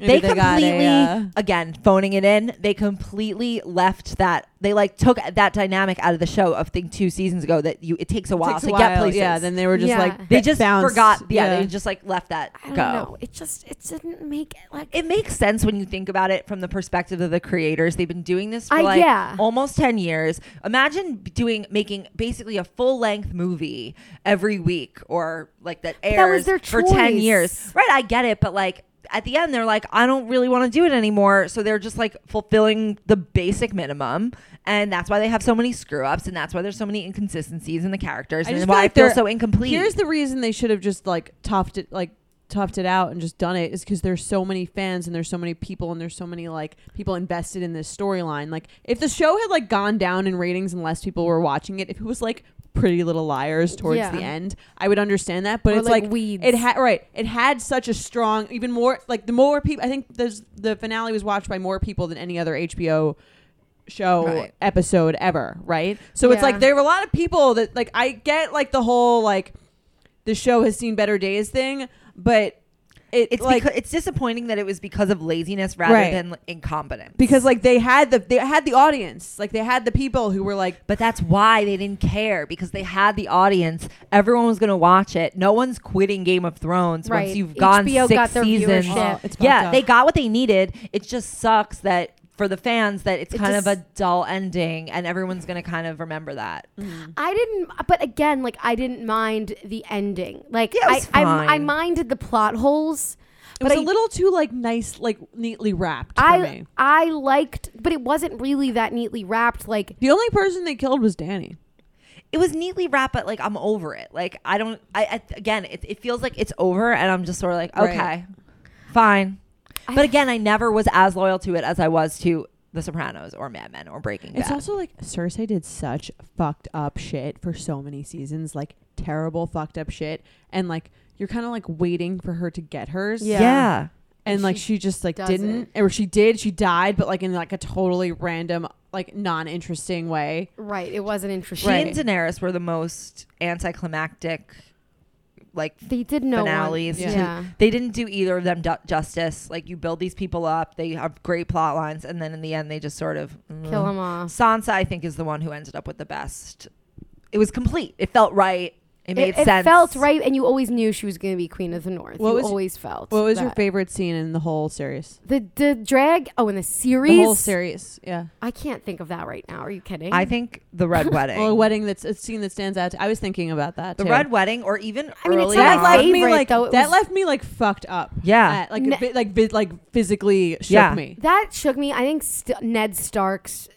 Speaker 2: Maybe
Speaker 3: they,
Speaker 2: they got a,
Speaker 3: completely
Speaker 2: uh,
Speaker 3: again phoning it in. They completely left that. They like took that dynamic out of the show of thing two seasons ago that you it takes a while
Speaker 2: Takes
Speaker 3: to
Speaker 2: a
Speaker 3: get
Speaker 2: while,
Speaker 3: places.
Speaker 2: Yeah, then they were just
Speaker 1: Yeah.
Speaker 2: like
Speaker 3: they just
Speaker 2: bounced.
Speaker 3: forgot. Yeah, they just like left that
Speaker 1: I don't
Speaker 3: go.
Speaker 1: know. It just it didn't make it like
Speaker 3: It makes sense when you think about it from the perspective of the creators. They've been doing this for
Speaker 1: I-
Speaker 3: like
Speaker 1: yeah.
Speaker 3: almost 10 years. Imagine doing making basically a full-length movie every week or like that airs
Speaker 1: that was their
Speaker 3: for 10
Speaker 1: choice.
Speaker 3: years. Right, I get it, but like at the end they're like I don't really want to do it anymore, so they're just like fulfilling the basic minimum and that's why they have so many screw-ups and that's why there's so many inconsistencies in the characters
Speaker 2: I
Speaker 3: and
Speaker 2: just
Speaker 3: why
Speaker 2: feel
Speaker 3: I
Speaker 2: like
Speaker 3: feel
Speaker 2: they're-
Speaker 3: so incomplete.
Speaker 2: Here's the reason they should have just like toughed it, like toughed it out and just done it is because there's so many fans and there's so many people and there's so many like people invested in this storyline. Like if the show had like gone down in ratings and less people were watching it, if it was like Pretty Little Liars towards
Speaker 1: Yeah.
Speaker 2: the end, I would understand that. But
Speaker 1: Or,
Speaker 2: it's
Speaker 1: like,
Speaker 2: like,
Speaker 1: Weeds.
Speaker 2: It had right. It had such a strong, even more like the more people. I think there's the finale was watched by more people than any other HBO show
Speaker 3: Right.
Speaker 2: episode ever, right? So it's
Speaker 1: Yeah.
Speaker 2: like there were a lot of people that like I get like the whole like the show has seen better days thing, but it,
Speaker 3: it's
Speaker 2: like
Speaker 3: becau- it's disappointing that it was because of laziness rather
Speaker 2: Right.
Speaker 3: than incompetence.
Speaker 2: because like they had the they had the audience, like they had the people who were like
Speaker 3: But that's why they didn't care because they had the audience. Everyone was going to watch it. No one's quitting Game of Thrones
Speaker 1: Right.
Speaker 3: once you've gone
Speaker 1: HBO
Speaker 3: six
Speaker 1: got their
Speaker 3: seasons.
Speaker 1: viewership.
Speaker 2: Oh, it's fucked
Speaker 3: yeah,
Speaker 2: up.
Speaker 3: they got what they needed. It just sucks that for the fans that it's
Speaker 1: It
Speaker 3: kind of
Speaker 1: just-
Speaker 3: a dull ending, and everyone's going to kind of remember that.
Speaker 1: I didn't, but again, like I didn't mind the ending. Like
Speaker 3: Yeah, it was
Speaker 1: I, I, I
Speaker 3: fine.
Speaker 1: minded the plot holes.
Speaker 2: it was
Speaker 1: I-
Speaker 2: a little too like nice, like neatly wrapped for
Speaker 1: I
Speaker 2: me.
Speaker 1: I liked, but it wasn't really that neatly wrapped. Like
Speaker 2: The only person they killed was Danny.
Speaker 3: It was neatly wrapped, but like I'm over it. Like I don't. I, I again, it, it feels like it's over, and I'm just sort of like,
Speaker 2: Right.
Speaker 3: okay, fine.
Speaker 1: I-
Speaker 3: But again, I never was as loyal to it as I was to The Sopranos or Mad Men or Breaking Bad.
Speaker 2: It's also like Cersei did such fucked up shit for so many seasons, like terrible fucked up shit, and like you're kind of like waiting for her to get hers.
Speaker 1: Yeah.
Speaker 3: yeah.
Speaker 2: and like
Speaker 1: She
Speaker 2: she just like
Speaker 1: doesn't.
Speaker 2: didn't, or she did, she died, but like in like a totally random, like non-interesting way.
Speaker 1: right, it wasn't
Speaker 3: She
Speaker 1: interesting.
Speaker 3: and Daenerys were the most anticlimactic. Like
Speaker 1: They did no
Speaker 3: finales.
Speaker 1: One.
Speaker 3: to-
Speaker 1: Yeah.
Speaker 3: they didn't do either of them du- justice. Like you build these people up, they have great plot lines, and then in the end, they just sort of mm.
Speaker 1: kill them off.
Speaker 3: Sansa, I think, is the one who ended up with the best. It was complete. It felt right. It made
Speaker 1: It, it
Speaker 3: sense.
Speaker 1: felt right, and you always knew she was going to be queen of the north.
Speaker 2: What
Speaker 1: you
Speaker 2: was-
Speaker 1: always felt.
Speaker 2: What was your
Speaker 1: that.
Speaker 2: favorite scene in the whole series?
Speaker 1: The the drag. Oh, in the series.
Speaker 2: The whole series, yeah.
Speaker 1: I can't think of that right now. Are you kidding?
Speaker 3: I think the red wedding.
Speaker 2: Well, a wedding that's a scene that stands out. to- I was thinking about that.
Speaker 3: the
Speaker 2: too.
Speaker 3: red wedding, or even
Speaker 1: I mean, it's
Speaker 3: early
Speaker 1: not
Speaker 2: that
Speaker 1: my
Speaker 3: on.
Speaker 2: left me
Speaker 1: favorite,
Speaker 2: like
Speaker 1: though. It
Speaker 2: that
Speaker 1: was-
Speaker 2: left me like fucked up.
Speaker 3: Yeah.
Speaker 2: Uh, like
Speaker 1: Ne-
Speaker 2: a bit, like vi- like physically shook
Speaker 3: Yeah.
Speaker 2: me.
Speaker 1: That shook me. I think st- Ned Stark's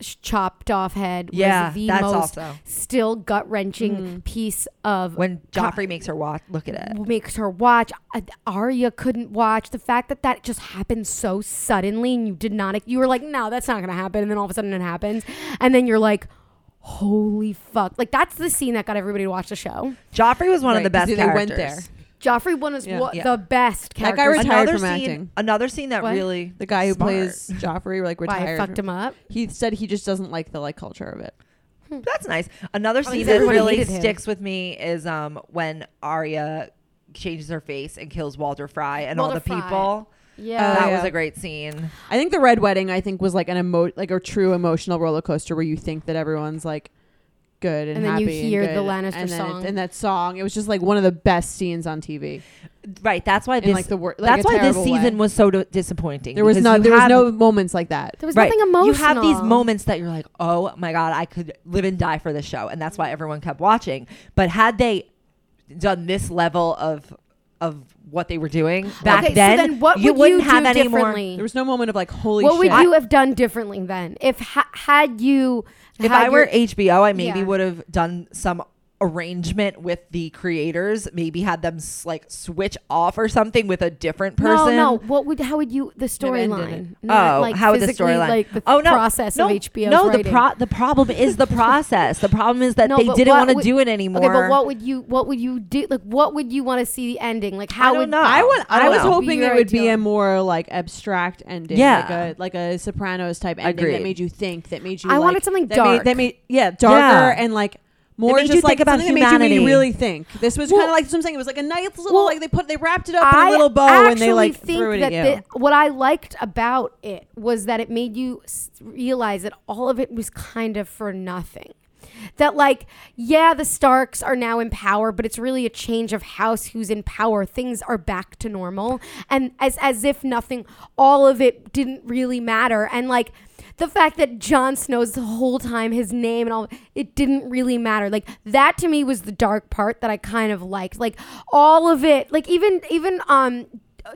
Speaker 1: sh- chopped off head was
Speaker 3: yeah,
Speaker 1: the
Speaker 3: that's Mm.
Speaker 1: most
Speaker 3: also
Speaker 1: still gut wrenching piece of
Speaker 3: when Joffrey makes her watch. Look at it.
Speaker 1: makes her watch. Uh, Arya couldn't watch. The fact that that just happened so suddenly and you did not, e-, you were like, no, that's not going to happen. And then all of a sudden it happens. And then you're like, holy fuck. Like, that's the scene that got everybody to watch the show.
Speaker 3: Joffrey was one of
Speaker 2: Right,
Speaker 3: the best
Speaker 2: 'cause
Speaker 3: characters.
Speaker 2: They went there.
Speaker 1: Joffrey one is
Speaker 2: Yeah.
Speaker 1: wa-
Speaker 3: Yeah.
Speaker 1: the best
Speaker 2: That
Speaker 1: character.
Speaker 2: guy retired
Speaker 3: another
Speaker 2: from
Speaker 3: scene,
Speaker 2: acting.
Speaker 3: Another scene that
Speaker 1: What?
Speaker 3: really
Speaker 2: The guy who
Speaker 3: smart.
Speaker 2: plays Joffrey like
Speaker 1: Why I
Speaker 2: retired.
Speaker 1: fucked him
Speaker 3: Uh,
Speaker 1: up.
Speaker 2: He said he just doesn't like the like culture of it.
Speaker 3: That's nice.
Speaker 2: Oh,
Speaker 3: Another
Speaker 1: he
Speaker 3: scene
Speaker 1: said
Speaker 3: that
Speaker 1: everybody
Speaker 3: really
Speaker 1: hated him.
Speaker 3: sticks with me is um when Arya changes her face and kills Walter Fry and all
Speaker 1: Walter
Speaker 3: the
Speaker 1: Frey.
Speaker 3: people.
Speaker 1: Yeah.
Speaker 3: that
Speaker 2: Oh, yeah.
Speaker 3: was a great scene.
Speaker 2: I think the red wedding I think was like an emo like a true emotional roller coaster where you think that everyone's like good and,
Speaker 1: And then you
Speaker 2: happy and
Speaker 1: hear the
Speaker 2: good,
Speaker 1: Lannister
Speaker 2: and then it-
Speaker 1: song.
Speaker 2: and that song. It was just like one of the best scenes on TV.
Speaker 3: Right. That's why
Speaker 2: In,
Speaker 3: this.
Speaker 2: like, the wor- like,
Speaker 3: that's
Speaker 2: a
Speaker 3: why this
Speaker 2: terrible
Speaker 3: season
Speaker 2: way.
Speaker 3: was so d- disappointing.
Speaker 2: There was
Speaker 3: because
Speaker 2: no
Speaker 3: you
Speaker 2: there was
Speaker 3: have-
Speaker 2: no moments like that.
Speaker 1: there was
Speaker 3: Right.
Speaker 1: nothing emotional.
Speaker 3: You have these moments that you're like, oh my god, I could live and die for this show, and that's why everyone kept watching. But had they done this level of of what they were doing back
Speaker 1: okay,
Speaker 3: then,
Speaker 1: so then what
Speaker 3: you
Speaker 1: would you
Speaker 3: wouldn't have
Speaker 1: do
Speaker 3: any more.
Speaker 1: differently?
Speaker 2: There was no moment of like holy
Speaker 1: what
Speaker 2: shit.
Speaker 1: would you have done differently then if ha- had you
Speaker 3: If
Speaker 1: had
Speaker 3: I were
Speaker 1: your-
Speaker 3: HBO, I maybe
Speaker 1: Yeah.
Speaker 3: would have done some arrangement with the creators maybe had them s- like switch off or something with a different person
Speaker 1: No, no. What would? How would you? The
Speaker 3: It ended
Speaker 1: storyline.
Speaker 3: it.
Speaker 1: not,
Speaker 3: oh,
Speaker 1: like
Speaker 3: how would the
Speaker 1: physically,
Speaker 3: storyline?
Speaker 1: Like the
Speaker 3: oh no,
Speaker 1: process
Speaker 3: no,
Speaker 1: of HBO.
Speaker 3: No, the pro- the problem is the process. the problem is that
Speaker 1: No,
Speaker 3: they
Speaker 1: but
Speaker 3: didn't
Speaker 1: what
Speaker 3: want to
Speaker 1: would-
Speaker 3: do it anymore.
Speaker 1: Okay, but what would you? What would you do? Like, what would you want to see the ending? Like, how
Speaker 3: don't
Speaker 1: would?
Speaker 3: know.
Speaker 2: I would.
Speaker 3: I
Speaker 2: I,
Speaker 3: don't
Speaker 2: was
Speaker 3: know.
Speaker 2: hoping
Speaker 1: Your
Speaker 2: it would be
Speaker 1: ideal.
Speaker 2: a more like abstract ending,
Speaker 3: Yeah.
Speaker 2: like a like a Sopranos type ending
Speaker 3: Agreed.
Speaker 2: that made you think, that made you.
Speaker 1: I
Speaker 2: like,
Speaker 1: wanted something
Speaker 2: that
Speaker 1: dark.
Speaker 2: Made, that made yeah darker
Speaker 3: Yeah.
Speaker 2: and like more
Speaker 3: made you
Speaker 2: just like
Speaker 3: think about
Speaker 2: something that made you
Speaker 3: humanity.
Speaker 2: really, really think. This was
Speaker 1: Well-
Speaker 2: kind of like that's what I'm saying. It was like a nice little
Speaker 1: Well,
Speaker 2: like they put they wrapped it up in a little bow
Speaker 1: actually
Speaker 2: and they like
Speaker 1: think
Speaker 2: threw it at
Speaker 1: that
Speaker 2: you.
Speaker 1: the- what I liked about it was that it made you s- realize that all of it was kind of for nothing. That like, yeah, the Starks are now in power, but it's really a change of house who's in power. Things are back to normal, and as as if nothing, all of it didn't really matter, and like. The fact that Jon Snow's the whole time his name and all it didn't really matter. Like that to me was the dark part that I kind of liked. Like all of it, like even even um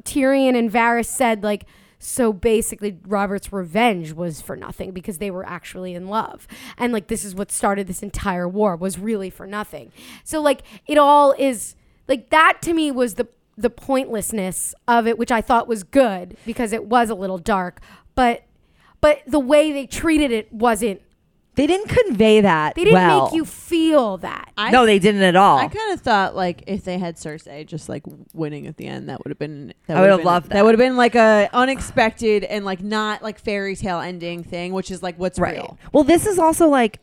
Speaker 1: Tyrion and Varys said like so basically Robert's revenge was for nothing because they were actually in love. And like this is what started this entire war was really for nothing. So like it all is like that to me was the the pointlessness of it which I thought was good because it was a little dark, but but the way they treated it wasn't
Speaker 3: they didn't convey that.
Speaker 1: they didn't
Speaker 3: well.
Speaker 1: make you feel that.
Speaker 2: I-
Speaker 3: no, they didn't at all.
Speaker 2: I kind of thought like if they had Cersei just like winning at the end, that would have been. That
Speaker 3: I
Speaker 2: would've
Speaker 3: would've
Speaker 2: been-
Speaker 3: loved that.
Speaker 2: That would have been like a unexpected and like not like fairy tale ending thing, which is like what's
Speaker 3: right.
Speaker 2: real.
Speaker 3: Well, this is also like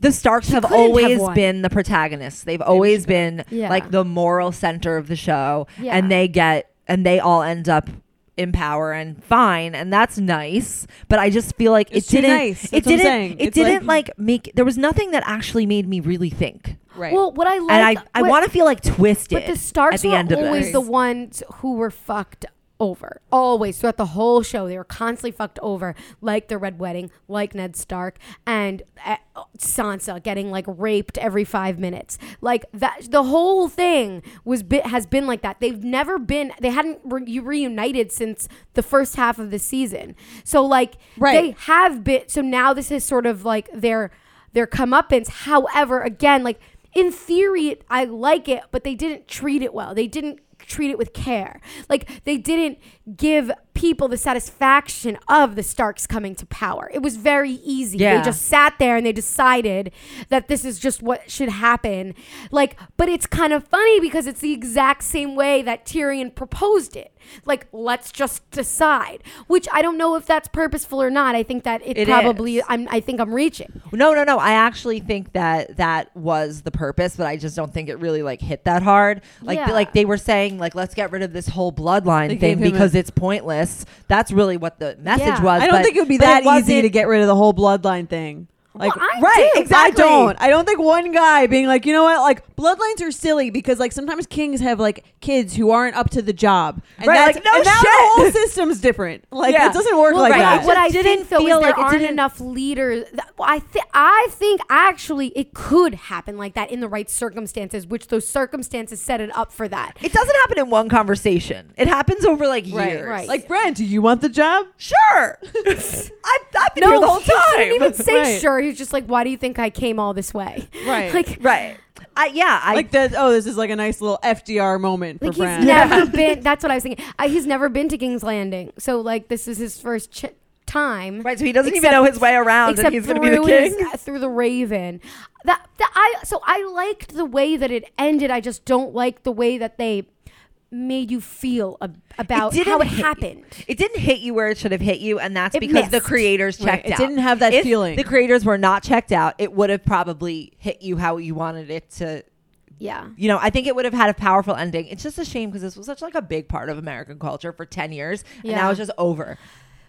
Speaker 3: the Starks have
Speaker 1: couldn't have
Speaker 3: always
Speaker 1: won.
Speaker 3: been the protagonists. They've always been
Speaker 1: Yeah.
Speaker 3: like the moral center of the show,
Speaker 1: Yeah.
Speaker 3: and they get and they all end up in power and fine, and that's nice. But I just feel like
Speaker 2: It's
Speaker 3: it
Speaker 2: too
Speaker 3: didn't.
Speaker 2: nice.
Speaker 3: It
Speaker 2: That's what I'm
Speaker 3: didn't.
Speaker 2: saying.
Speaker 3: It
Speaker 2: It's like-
Speaker 3: didn't like, make. There was nothing that actually made me really think.
Speaker 2: Right.
Speaker 1: Well, what I like
Speaker 3: And I, I want to feel like twisted.
Speaker 1: But the Starks
Speaker 3: at the
Speaker 1: were
Speaker 3: end of
Speaker 1: always
Speaker 3: this.
Speaker 1: the ones who were fucked over. Always throughout the whole show, they were constantly fucked over, like the Red Wedding, like Ned Stark, and uh, Sansa getting like raped every five minutes. Like that, the whole thing was bit has been like that. They've never been. They hadn't re- you reunited since the first half of the season. So like
Speaker 2: Right.
Speaker 1: they have been. So now this is sort of like their their comeuppance. However, again, like in theory, it- I like it, but they didn't treat it well. They didn't treat it with care. Like they didn't give people the satisfaction of the Starks coming to power. It was very easy.
Speaker 3: Yeah.
Speaker 1: They just sat there and they decided that this is just what should happen. Like, but it's kind of funny because it's the exact same way that Tyrion proposed it. Like, let's just decide. Which I don't know if that's purposeful or not. I think that it,
Speaker 3: It
Speaker 1: probably
Speaker 3: is.
Speaker 1: I'm I think I'm reaching.
Speaker 3: No, no, no. I actually think that that was the purpose, but I just don't think it really like hit that hard. Like,
Speaker 1: Yeah.
Speaker 3: like they were saying, like let's get rid of this whole
Speaker 2: They
Speaker 3: bloodline thing
Speaker 2: gave him
Speaker 3: because
Speaker 2: a-
Speaker 3: it's pointless. That's really what the message
Speaker 1: Yeah.
Speaker 3: was.
Speaker 2: I don't
Speaker 3: but-
Speaker 2: think it would be
Speaker 3: but
Speaker 2: that easy
Speaker 3: wasn't-
Speaker 2: to get rid of the whole bloodline thing. Like
Speaker 1: Well, I
Speaker 2: right,
Speaker 1: do.
Speaker 2: exactly.
Speaker 3: Exactly.
Speaker 2: I don't. I don't think one guy being like, you know what, like bloodlines are silly because like sometimes kings have like kids who aren't up to the job, and
Speaker 3: Right,
Speaker 2: that's-
Speaker 3: like, no
Speaker 2: and now
Speaker 3: shit.
Speaker 2: the whole system's different. Like
Speaker 3: Yeah.
Speaker 2: it doesn't work
Speaker 1: Well,
Speaker 2: like
Speaker 1: right.
Speaker 2: that.
Speaker 1: What I
Speaker 3: It just
Speaker 1: think
Speaker 3: didn't
Speaker 1: though is
Speaker 3: feel
Speaker 1: there
Speaker 3: like it
Speaker 1: aren't
Speaker 3: didn't-
Speaker 1: enough leaders. that- well, I think I think actually it could happen like that in the right circumstances, which those circumstances set it up for that.
Speaker 3: It doesn't happen in one conversation. It happens over like years.
Speaker 2: Right,
Speaker 1: Right.
Speaker 2: Like, Brent, do you want the job?
Speaker 3: sure. I've, I've been here the whole
Speaker 1: he didn't even
Speaker 3: time.
Speaker 1: say
Speaker 2: Right.
Speaker 1: sure. He was just like, "Why do you think I came all this way?"
Speaker 2: Right.
Speaker 1: like,
Speaker 3: right. I yeah. I
Speaker 2: like that. Oh, this is like a nice little FDR moment for
Speaker 1: like he's
Speaker 2: Brent.
Speaker 1: never been. That's what I was thinking. Uh, he's never been to King's Landing, so like this is his first ch- time.
Speaker 3: right. So he doesn't even
Speaker 1: Except-
Speaker 3: know his way around,
Speaker 1: except
Speaker 3: and he's going to be the
Speaker 1: through
Speaker 3: king.
Speaker 1: his- uh, through the Raven. That, that I so I liked the way that it ended. I just don't like the way that they made you feel ab- about
Speaker 3: didn't
Speaker 1: how it
Speaker 3: hit you.
Speaker 1: happened.
Speaker 3: It didn't hit you where it should have hit you, and that's
Speaker 1: It
Speaker 3: because the
Speaker 1: missed.
Speaker 3: creators checked
Speaker 2: Right, it
Speaker 3: out.
Speaker 2: didn't have that
Speaker 3: If
Speaker 2: feeling.
Speaker 3: The creators were not checked out. It would have probably hit you how you wanted it to.
Speaker 1: Yeah.
Speaker 3: You know, I think it would have had a powerful ending. It's just a shame because this was such like a big part of American culture for ten years, and
Speaker 1: Yeah.
Speaker 3: now it's just over.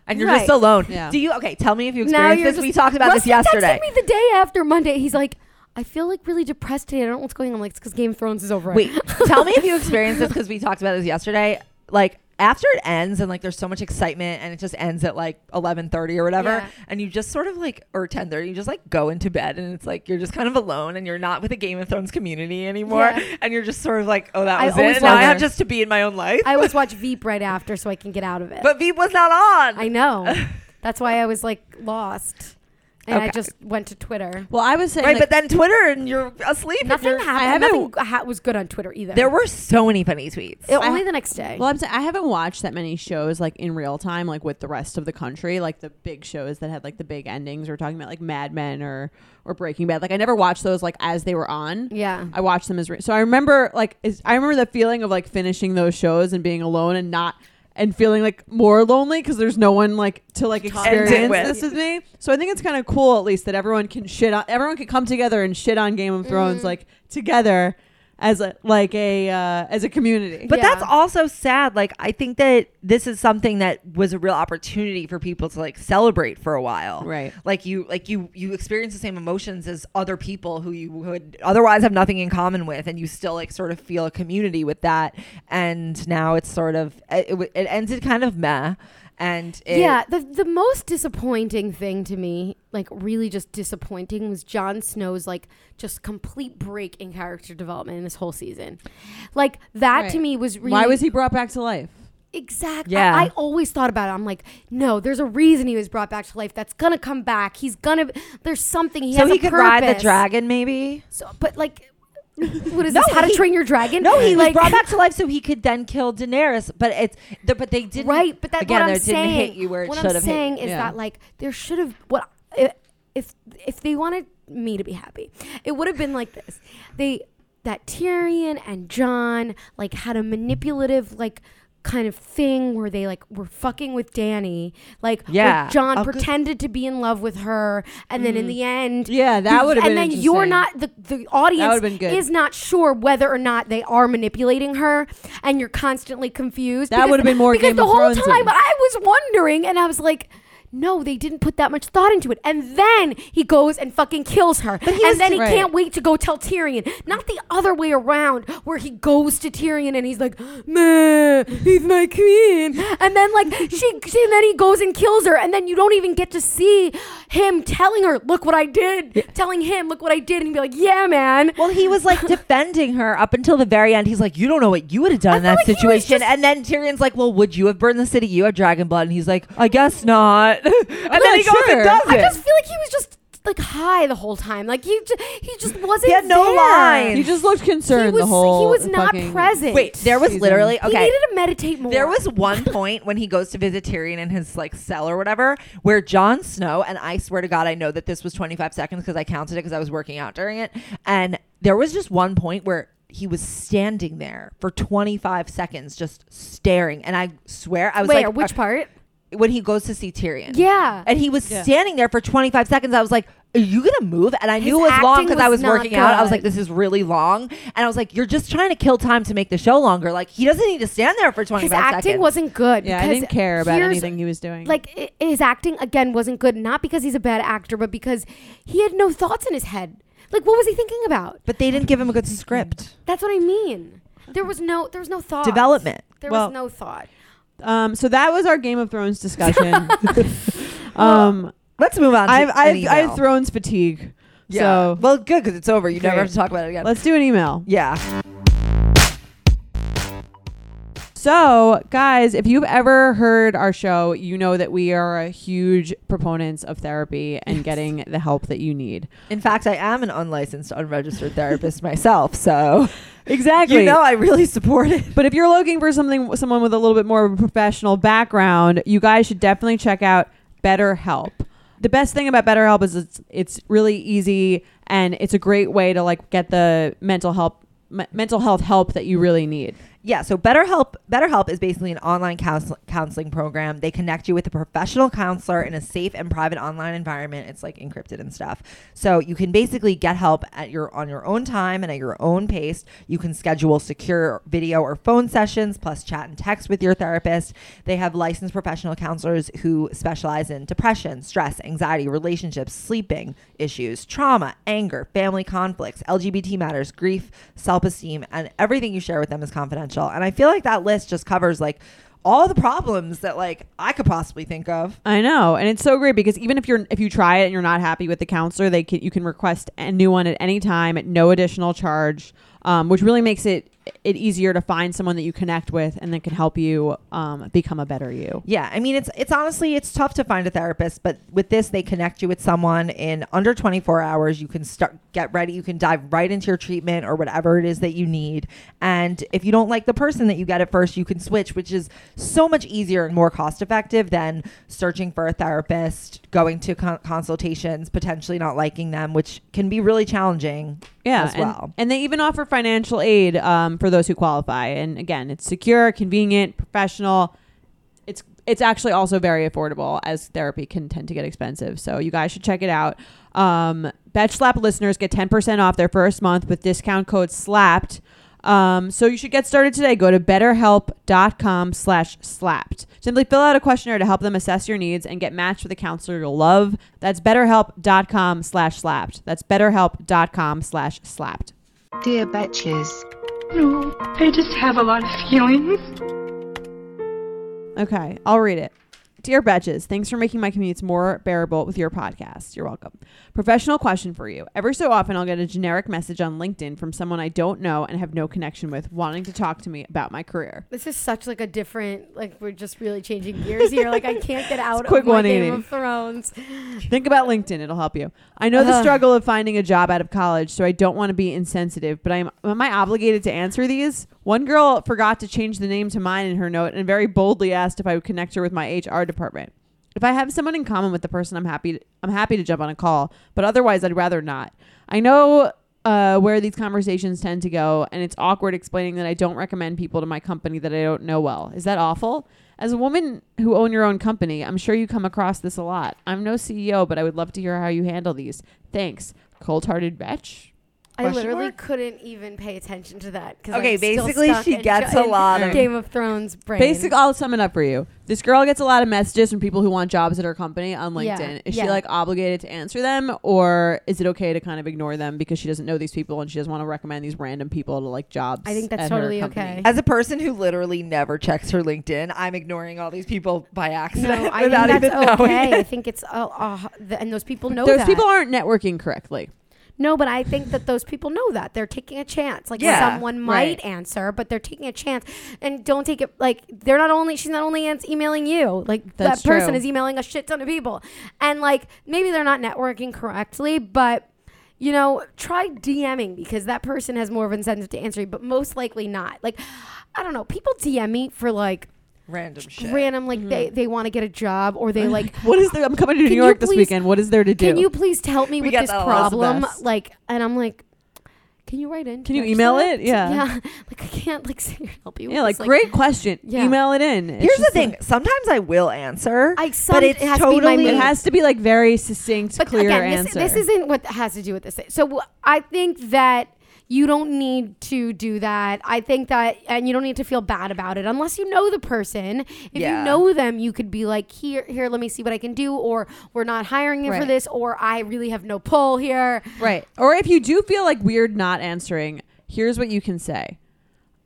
Speaker 3: And you're just
Speaker 1: Right.
Speaker 3: alone.
Speaker 2: Yeah.
Speaker 3: Do you okay? Tell me if you experienced this. we talked about
Speaker 1: Rusty
Speaker 3: this yesterday.
Speaker 1: texted me the day after Monday. He's like, I feel like really depressed today. I don't know what's going on. I'm like, it's because Game of Thrones is over.
Speaker 3: Wait, tell me if you experienced this because we talked about this yesterday. Like after it ends and like there's so much excitement and it just ends at like 11:30 or whatever
Speaker 1: Yeah.
Speaker 3: and you just sort of like or 10:30 you just like go into bed and it's like you're just kind of alone and you're not with the Game of Thrones community anymore
Speaker 1: Yeah.
Speaker 3: and you're just sort of like oh that
Speaker 1: I
Speaker 3: was
Speaker 1: always
Speaker 3: it and now I
Speaker 1: wonder.
Speaker 3: have just to be in my own life.
Speaker 1: I always watch Veep right after so I can get out of it.
Speaker 3: but Veep was not on.
Speaker 1: I know. That's why I was like lost. and I
Speaker 3: Okay.
Speaker 1: just went to Twitter.
Speaker 2: Well, I was saying,
Speaker 3: right,
Speaker 2: like,
Speaker 3: but then Twitter and you're asleep. and
Speaker 1: Nothing
Speaker 3: you're-
Speaker 1: happened. Nothing ha- was good on Twitter either.
Speaker 3: There were so many funny tweets.
Speaker 1: It-
Speaker 2: I
Speaker 1: only
Speaker 2: ha-
Speaker 1: the next day.
Speaker 2: well, I'm saying I haven't watched that many shows like in real time, like with the rest of the country, like the big shows that had like the big endings. We're talking about like Mad Men or or Breaking Bad. Like I never watched those like as they were on.
Speaker 1: yeah.
Speaker 2: I watched them as re- so. I remember like is, I remember the feeling of like finishing those shows and being alone and not and feeling like more lonely because there's no one like to like
Speaker 3: Talk to
Speaker 2: experience
Speaker 3: with.
Speaker 2: this with me. So I think it's kind of cool at least that everyone can shit on everyone can come together and shit on Game of Thrones
Speaker 3: Mm-hmm.
Speaker 2: like together as a like a uh, as a community.
Speaker 3: But
Speaker 1: Yeah.
Speaker 3: that's also sad. Like I think that this is something that was a real opportunity for people to like celebrate for a while.
Speaker 2: Right.
Speaker 3: Like you like you you experience the same emotions as other people who you would otherwise have nothing in common with and you still like sort of feel a community with that and now it's sort of it, it, it ended kind of meh and it,
Speaker 1: yeah, the the most disappointing thing to me, like really just disappointing, was Jon Snow's like just complete break in character development in this whole season. Like that to
Speaker 2: Right.
Speaker 1: me was really
Speaker 2: Why was he brought back to life?
Speaker 1: exactly.
Speaker 3: Yeah.
Speaker 1: I, I always thought about it. I'm like, no, there's a reason he was brought back to life. That's gonna come back. He's gonna. There's something he
Speaker 3: so
Speaker 1: has
Speaker 3: he
Speaker 1: a
Speaker 3: could ride the
Speaker 1: purpose.
Speaker 3: dragon maybe?
Speaker 1: So, but like, what is
Speaker 3: No,
Speaker 1: this? How
Speaker 3: he-
Speaker 1: to Train Your Dragon?
Speaker 3: No, he was
Speaker 1: like,
Speaker 3: brought back to life so he could then kill Daenerys, but it's the, but they didn't
Speaker 1: right. But that's
Speaker 3: again
Speaker 1: what I'm
Speaker 3: they
Speaker 1: saying.
Speaker 3: didn't hit you where it
Speaker 1: what
Speaker 3: should
Speaker 1: I'm
Speaker 3: have hit.
Speaker 1: saying
Speaker 3: you.
Speaker 1: is
Speaker 2: Yeah.
Speaker 1: that like there should have what i- if if they wanted me to be happy, it would have been like this. They that Tyrion and John like had a manipulative like kind of thing where they like were fucking with Danny like where
Speaker 3: Yeah.
Speaker 1: John
Speaker 3: Oh, good- Mm.
Speaker 1: pretended to be in love with her and then in the end
Speaker 2: Yeah, that
Speaker 1: you-
Speaker 2: would have been
Speaker 1: And then you're not
Speaker 2: interesting.
Speaker 1: the the audience
Speaker 2: would've been good.
Speaker 1: is not sure whether or not they are manipulating her, and you're constantly confused.
Speaker 2: That
Speaker 1: because-
Speaker 2: would've been more
Speaker 1: because
Speaker 2: Game
Speaker 1: the
Speaker 2: of
Speaker 1: whole
Speaker 2: Thrones-y.
Speaker 1: time I was wondering, and I was like. No, they didn't put that much thought into it. And then he goes and fucking kills her.
Speaker 3: was-
Speaker 1: and then he
Speaker 2: Right.
Speaker 1: can't wait to go tell Tyrion. Not the other way around, where he goes to Tyrion and he's like, Meh, he's my queen. And then like she, she and then he goes and kills her. And then you don't even get to see him telling her, Look what I did. Telling him, look what I did, and he'd be like, Yeah, man.
Speaker 3: Well, he was like defending her up until the very end. He's like, "You don't know what you would have done in
Speaker 1: I
Speaker 3: that
Speaker 1: feel like he was
Speaker 3: situation."
Speaker 1: just-
Speaker 3: and then Tyrion's like, "Well, would you have burned the city? You have dragon blood." And he's like, "I guess not." and then
Speaker 2: not
Speaker 3: he goes
Speaker 2: sure.
Speaker 3: and does
Speaker 1: I
Speaker 3: it.
Speaker 1: just feel like he was just like high the whole time. Like he just, he just wasn't.
Speaker 3: had no
Speaker 1: there.
Speaker 3: lines.
Speaker 2: He just looked concerned
Speaker 1: He was
Speaker 2: the whole.
Speaker 1: he was not
Speaker 2: fucking-
Speaker 1: present.
Speaker 3: Wait, there was
Speaker 2: Season.
Speaker 3: literally
Speaker 1: he
Speaker 3: okay.
Speaker 1: needed to meditate more.
Speaker 3: There was one point when he goes to visit Tyrion in his like cell or whatever, where Jon Snow and I swear to God, I know that this was 25 seconds because I counted it because I was working out during it, and there was just one point where he was standing there for 25 seconds just staring, and I swear I was
Speaker 1: where
Speaker 3: like,
Speaker 1: which part?
Speaker 3: when he goes to see Tyrion.
Speaker 1: Yeah.
Speaker 3: And he was
Speaker 2: Yeah.
Speaker 3: standing there for 25 seconds. I was like, are you going to move? And I knew it was long
Speaker 1: acting
Speaker 3: because I
Speaker 1: was
Speaker 3: was
Speaker 1: not
Speaker 3: working out. I was
Speaker 1: good.
Speaker 3: like, this is really long. And I was like, you're just trying to kill time to make the show longer. Like, he doesn't need to stand there for 25
Speaker 1: His acting
Speaker 3: seconds.
Speaker 1: wasn't good.
Speaker 2: Yeah, I
Speaker 1: because
Speaker 2: didn't care about
Speaker 1: here's-
Speaker 2: anything he was doing.
Speaker 1: Like i- his acting again wasn't good, not because he's a bad actor, but because he had no thoughts in his head. Like, what was he thinking about?
Speaker 3: but they didn't give him a good script.
Speaker 1: That's what I mean. There was no, there was no thought.
Speaker 3: Development.
Speaker 1: There
Speaker 2: Well-
Speaker 1: was no thought.
Speaker 2: um, so that was our Game of Thrones discussion. um,
Speaker 3: Let's move on. To
Speaker 2: I've
Speaker 3: an
Speaker 2: I've,
Speaker 3: email.
Speaker 2: I've Thrones fatigue.
Speaker 3: Yeah.
Speaker 2: So
Speaker 3: well, good because it's over. You never
Speaker 2: Great.
Speaker 3: have to talk about it again.
Speaker 2: let's do an email.
Speaker 3: yeah.
Speaker 2: So, guys, if you've ever heard our show, you know that we are a huge proponents of therapy and getting the help that you need.
Speaker 3: In fact, I am an unlicensed, unregistered therapist myself. So,
Speaker 2: Exactly.
Speaker 3: you know, I really support it.
Speaker 2: But if you're looking for something, someone with a little bit more of a professional background, you guys should definitely check out BetterHelp. The best thing about BetterHelp is it's it's really easy and it's a great way to like get the mental help me- mental health help that you really need.
Speaker 3: Yeah, so BetterHelp BetterHelp is basically an online counsel- counseling program. They connect you with a professional counselor in a safe and private online environment. It's like encrypted and stuff. So you can basically get help at your on your own time and at your own pace. You can schedule secure video or phone sessions plus chat and text with your therapist. They have licensed professional counselors who specialize in depression, stress, anxiety, relationships, sleeping issues, trauma, anger, family conflicts, LGBT matters, grief, self esteem, and everything you share with them is confidential. And I feel like that list just covers like all the problems that like I could possibly think of.
Speaker 2: I know, and it's so great because even if you're if you try it and you're not happy with the counselor, they can you can request a new one at any time at no additional charge, um, which really makes it it easier to find someone that you connect with and that can help you um, become a better you.
Speaker 3: Yeah, I mean it's it's honestly it's tough to find a therapist, but with this they connect you with someone in under 24 hours. You can start get ready, you can dive right into your treatment or whatever it is that you need. And if you don't like the person that you get at first, you can switch, which is so much easier and more cost effective than searching for a therapist, going to con- consultations, potentially not liking them, which can be really challenging
Speaker 2: Yeah,
Speaker 3: as
Speaker 2: and,
Speaker 3: well.
Speaker 2: and they even offer financial aid um, for those who qualify. And again, it's secure, convenient, professional. It's it's actually also very affordable, as therapy can tend to get expensive. So you guys should check it out. Um, Betch Slap listeners get ten percent off their first month with discount code Slapped. Um, so you should get started today. Go to betterhelp.com slash slapped. Simply fill out a questionnaire to help them assess your needs and get matched with a counselor you'll love. That's betterhelp.com slash slapped. That's betterhelp.com slash slapped.
Speaker 4: Dear Betches.
Speaker 5: No, I just have a lot of feelings.
Speaker 2: Okay, I'll read it. Dear Betches, thanks for making my commutes more bearable with your podcast. You're welcome. Professional question for you. Every so often, I'll get a generic message on LinkedIn from someone I don't know and have no connection with wanting to talk to me about my career.
Speaker 1: This is such like a different like we're just really changing gears here. Like I can't get out
Speaker 2: quick
Speaker 1: of my
Speaker 2: 180.
Speaker 1: Game of Thrones.
Speaker 2: Think about LinkedIn, it'll help you. I know the
Speaker 1: Ugh.
Speaker 2: struggle of finding a job out of college, so I don't want to be insensitive, but I'm am I obligated to answer these? One girl forgot to change the name to mine in her note and very boldly asked if I would connect her with my HR department. If I have someone in common with the person I'm happy to, I'm happy to jump on a call, but otherwise I'd rather not. I know uh, where these conversations tend to go, and it's awkward explaining that I don't recommend people to my company that I don't know well. Is that awful? As a woman who own your own company, I'm sure you come across this a lot. I'm no CEO, but I would love to hear how you handle these. Thanks, cold-hearted wretch.
Speaker 1: I
Speaker 3: Question
Speaker 1: literally
Speaker 3: mark?
Speaker 1: couldn't even pay attention to that. 'cause
Speaker 3: Okay,
Speaker 1: I'm still
Speaker 3: basically
Speaker 1: stuck
Speaker 3: she
Speaker 1: in
Speaker 3: gets
Speaker 1: Ju-
Speaker 3: a lot
Speaker 1: in
Speaker 3: of-
Speaker 1: Game of Thrones brain.
Speaker 2: Basically, I'll sum it up for you. This girl gets a lot of messages from people who want jobs at her company on LinkedIn.
Speaker 1: Yeah,
Speaker 2: Is she
Speaker 1: yeah.
Speaker 2: like obligated to answer them, or is it okay to kind of ignore them because she doesn't know these people and she doesn't want to recommend these random people to like jobs?
Speaker 1: I think that's
Speaker 2: at her
Speaker 1: totally
Speaker 2: company?
Speaker 1: okay.
Speaker 3: As a person who literally never checks her LinkedIn, I'm ignoring all these people by accident
Speaker 1: no, I think
Speaker 3: without even
Speaker 1: that's
Speaker 3: knowing.
Speaker 1: okay. I think it's uh, uh, th- and those people know
Speaker 2: Those
Speaker 1: that.
Speaker 2: people aren't networking correctly.
Speaker 1: no, but I think that those people know that they're taking a chance. Like
Speaker 3: Yeah,
Speaker 1: someone might
Speaker 2: right.
Speaker 1: answer, but they're taking a chance and don't take it like they're not only she's not only ans- emailing you like
Speaker 2: That's
Speaker 1: that person
Speaker 2: true.
Speaker 1: is emailing a shit ton of people, and like maybe they're not networking correctly, but. You know, try DMing because that person has more of an incentive to answer you, but most likely not. Like, I don't know. People DM me for like
Speaker 3: Random shit.
Speaker 1: random, like they, they want to get a job or they like
Speaker 2: Mm-hmm. What is there? I'm coming to
Speaker 1: Can
Speaker 2: New
Speaker 1: you
Speaker 2: York this
Speaker 1: please-
Speaker 2: weekend. What is there to do?
Speaker 1: Can you please help me
Speaker 3: We
Speaker 1: with
Speaker 3: got
Speaker 1: this
Speaker 3: that a lot,
Speaker 1: problem?
Speaker 2: Sebas.
Speaker 1: Like, and I'm like, can you write in?
Speaker 2: Can you
Speaker 1: direct
Speaker 2: email
Speaker 1: that?
Speaker 2: it? Yeah.
Speaker 1: Yeah. Like, I can't, like, say help you.
Speaker 2: yeah,
Speaker 1: with
Speaker 2: like,
Speaker 1: this,
Speaker 2: great question.
Speaker 1: Yeah.
Speaker 2: Email it in. It's
Speaker 3: Here's the
Speaker 2: just-
Speaker 3: thing. Sometimes I will answer,
Speaker 1: I- some-
Speaker 3: but it's
Speaker 1: it has to be my
Speaker 3: totally
Speaker 1: mood.
Speaker 2: It has to be like very succinct,
Speaker 1: But
Speaker 2: clear
Speaker 1: again, this,
Speaker 2: answer.
Speaker 1: this isn't what has to do with this. thing. So wh- I think that you don't need to do that. I think that, and you don't need to feel bad about it unless you know the person. If
Speaker 3: Yeah.
Speaker 1: you know them, you could be like, here, here, let me see what I can do, or we're not hiring you for
Speaker 2: Right.
Speaker 1: this, or I really have no pull here.
Speaker 2: Right. Or if you do feel like weird not answering, here's what you can say.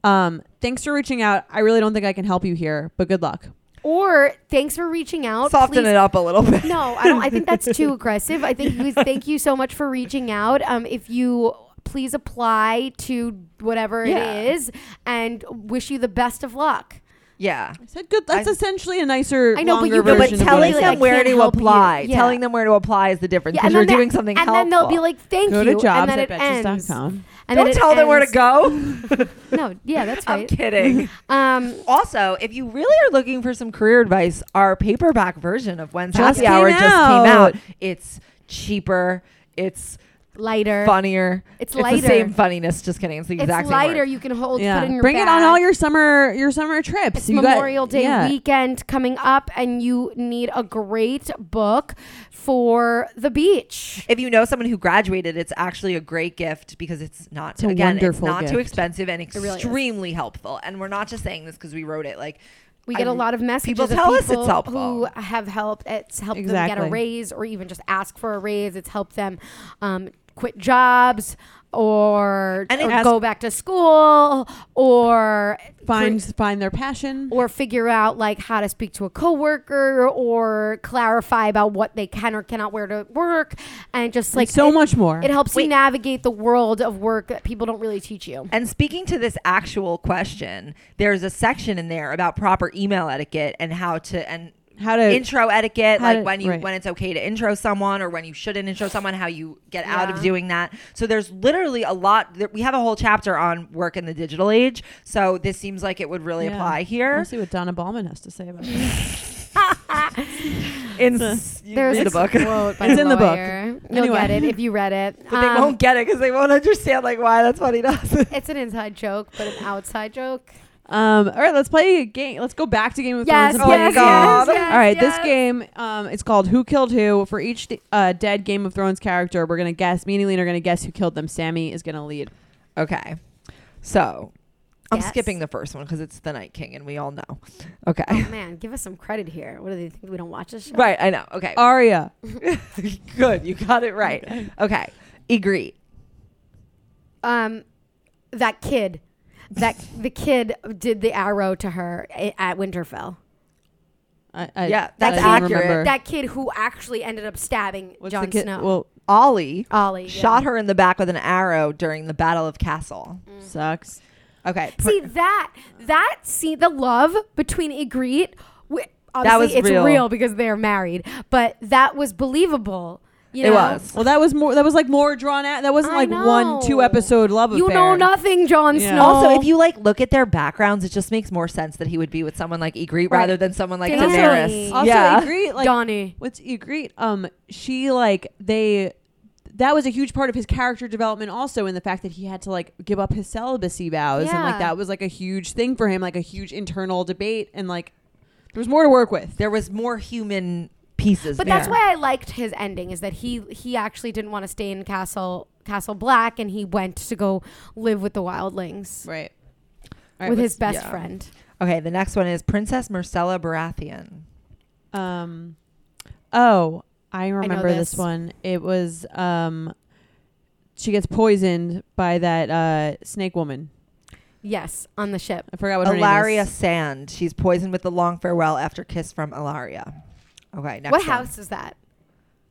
Speaker 2: Um, thanks for reaching out. I really don't think I can help you here, but good luck.
Speaker 1: Or thanks for reaching out.
Speaker 3: soften
Speaker 1: Please
Speaker 3: it up a little bit.
Speaker 1: No, I don't. I think that's too aggressive. I think you, thank you so much for reaching out. Um, if you please apply to whatever
Speaker 3: Yeah.
Speaker 1: it is, and wish you the best of luck.
Speaker 3: Yeah.
Speaker 2: I said good. That's
Speaker 3: I-
Speaker 2: essentially a nicer,
Speaker 1: I know, but
Speaker 2: longer
Speaker 1: you- No,
Speaker 3: No,
Speaker 1: but
Speaker 2: version
Speaker 3: but
Speaker 2: of what
Speaker 3: telling
Speaker 2: I
Speaker 1: like,
Speaker 2: said.
Speaker 1: I
Speaker 3: them where
Speaker 1: can't
Speaker 3: to
Speaker 1: help you.
Speaker 3: apply,
Speaker 1: Yeah.
Speaker 3: telling them where to apply is the difference because
Speaker 1: then
Speaker 3: you're
Speaker 1: they're-
Speaker 3: doing something
Speaker 1: and
Speaker 3: helpful.
Speaker 1: then they'll be like, "Thank
Speaker 2: Go
Speaker 1: you,"
Speaker 2: to jobs
Speaker 1: and
Speaker 2: at
Speaker 1: then it ends.
Speaker 2: betches.com.
Speaker 1: And then
Speaker 3: don't
Speaker 1: it
Speaker 3: tell them where to
Speaker 1: ends.
Speaker 3: go.
Speaker 1: No, yeah, that's
Speaker 3: I'm
Speaker 1: right.
Speaker 3: kidding.
Speaker 1: Um,
Speaker 3: also, if you really are looking for some career advice, our paperback version of When's
Speaker 2: Just
Speaker 3: Happy Hour
Speaker 2: came
Speaker 3: just came
Speaker 2: out.
Speaker 3: out. It's cheaper. It's
Speaker 1: lighter.
Speaker 3: funnier.
Speaker 1: It's
Speaker 3: It's
Speaker 1: lighter.
Speaker 3: the same funniness, just kidding. It's the
Speaker 1: It's
Speaker 3: exact same
Speaker 1: lighter.
Speaker 3: word.
Speaker 1: You can hold.
Speaker 2: Yeah.
Speaker 1: Put it in your
Speaker 2: Bring it on
Speaker 1: bag.
Speaker 2: all your summer your summer trips.
Speaker 1: It's
Speaker 2: You got-
Speaker 1: Memorial Day
Speaker 2: yeah.
Speaker 1: weekend coming up, and you need a great book for the beach.
Speaker 3: If you know someone who graduated, it's actually a great gift because it's not
Speaker 2: a
Speaker 3: again, it's
Speaker 2: wonderful
Speaker 3: not
Speaker 2: gift.
Speaker 3: too expensive and
Speaker 1: really is.
Speaker 3: extremely helpful. And we're not just saying this because we wrote it. Like
Speaker 1: We get a
Speaker 3: I'm-
Speaker 1: lot of messages.
Speaker 3: People
Speaker 1: of
Speaker 3: tell us
Speaker 1: people
Speaker 3: it's helpful.
Speaker 1: Who have helped? It's helped them get
Speaker 2: Exactly.
Speaker 1: a raise, or even just ask for a raise. It's helped them um, quit jobs or,
Speaker 3: And
Speaker 1: or
Speaker 3: it-
Speaker 1: go back to school or
Speaker 2: find find their passion.
Speaker 1: or figure out like how to speak to a coworker or clarify about what they can or cannot wear to work and just like
Speaker 2: so
Speaker 1: it-
Speaker 2: much more.
Speaker 1: it helps you
Speaker 3: Wait.
Speaker 1: navigate the world of work that people don't really teach you
Speaker 3: And speaking to this actual question, there's a section in there about proper email etiquette and how to and
Speaker 2: How to-
Speaker 3: intro etiquette,
Speaker 2: Uh, how
Speaker 3: like
Speaker 2: to-
Speaker 3: when you
Speaker 2: right.
Speaker 3: when it's okay to intro someone or when you shouldn't intro someone, how you get out of
Speaker 1: Yeah.
Speaker 3: doing that. So there's literally a lot. That we have a whole chapter on work in the digital age. So this seems like it would really
Speaker 2: Yeah.
Speaker 3: apply
Speaker 2: We'll
Speaker 3: here.
Speaker 2: see what Donna Ballman has to say about it.
Speaker 3: In
Speaker 1: there's
Speaker 3: read the
Speaker 1: a
Speaker 3: book.
Speaker 1: quote by
Speaker 2: It's
Speaker 1: a
Speaker 2: in the book.
Speaker 1: lawyer. You'll
Speaker 2: Anyway.
Speaker 1: get it if you read it.
Speaker 3: But they
Speaker 1: Um,
Speaker 3: won't get it because they won't understand like why that's funny to us.
Speaker 1: It's an inside joke, but an outside joke.
Speaker 2: Um, all right, let's play a game. Let's go back to Game of
Speaker 1: Yes,
Speaker 2: Thrones.
Speaker 3: Oh, yes, God. yes,
Speaker 1: yes,
Speaker 2: all right,
Speaker 1: yes.
Speaker 2: this game um, it's called Who Killed Who. For each uh, dead Game of Thrones character, we're gonna guess. Me and Elena are gonna guess who killed them. Sammy is gonna lead.
Speaker 3: Okay. So I'm
Speaker 1: Yes.
Speaker 3: skipping the first one because it's the Night King and we all know. Okay.
Speaker 1: Oh man, give us some credit here. What do they think? We don't watch this show.
Speaker 3: Right, I know. Okay.
Speaker 2: Arya,
Speaker 3: Good. You got it right. Okay. Egret.
Speaker 1: Um, that kid, that the kid did the arrow to her i- at Winterfell.
Speaker 2: I, I,
Speaker 3: Yeah,
Speaker 2: I
Speaker 3: that's
Speaker 2: don't
Speaker 3: accurate.
Speaker 2: remember.
Speaker 1: That kid who actually ended up stabbing
Speaker 2: What's the
Speaker 1: Jon
Speaker 2: kid-
Speaker 1: Snow.
Speaker 2: Well,
Speaker 3: Ollie
Speaker 1: Ollie yeah.
Speaker 3: shot her in the back with an arrow during the Battle of Castle.
Speaker 1: Mm.
Speaker 2: sucks.
Speaker 3: Okay. per-
Speaker 1: See that that scene, the love between Igrit. Obviously,
Speaker 3: was
Speaker 1: it's
Speaker 3: real.
Speaker 1: real. because they're married, but that was believable. You
Speaker 3: it
Speaker 1: know?
Speaker 3: was.
Speaker 2: Well, that was more. That was like more drawn out. That wasn't
Speaker 1: I
Speaker 2: like one two
Speaker 1: know.
Speaker 2: episode love
Speaker 1: You
Speaker 2: affair.
Speaker 1: know nothing, Jon
Speaker 2: Yeah.
Speaker 1: Snow.
Speaker 3: Also, if you like look at their backgrounds, it just makes more sense that he would be with someone like Egret
Speaker 1: Right.
Speaker 3: rather than someone like
Speaker 1: Danny.
Speaker 3: Daenerys.
Speaker 2: Also,
Speaker 3: yeah.
Speaker 2: Ygritte, like
Speaker 1: Donnie.
Speaker 2: What's Ygritte? Um, she like they. That was a huge part of his character development, also in the fact that he had to like give up his celibacy vows, and like
Speaker 1: Yeah.
Speaker 2: that was like a huge thing for him, like a huge internal debate, and like there was more to work with.
Speaker 3: There was more human pieces.
Speaker 1: But
Speaker 3: there.
Speaker 1: that's why I liked his ending is that he he actually didn't want to stay in Castle Castle Black and he went to go live with the wildlings
Speaker 2: Right. All right,
Speaker 1: with
Speaker 2: what's-
Speaker 1: his best
Speaker 3: yeah.
Speaker 1: friend.
Speaker 3: Okay, the next one is Princess Marcella Baratheon.
Speaker 2: Um. Oh, I remember this.
Speaker 1: this.
Speaker 2: one. It was um. She gets poisoned by that uh, snake woman.
Speaker 1: Yes, on the ship.
Speaker 2: I forgot what her name
Speaker 3: Ilaria
Speaker 2: is.
Speaker 3: Sand. She's poisoned with the long farewell after kiss from Ilaria. Okay, next
Speaker 1: what
Speaker 3: one.
Speaker 1: house is that?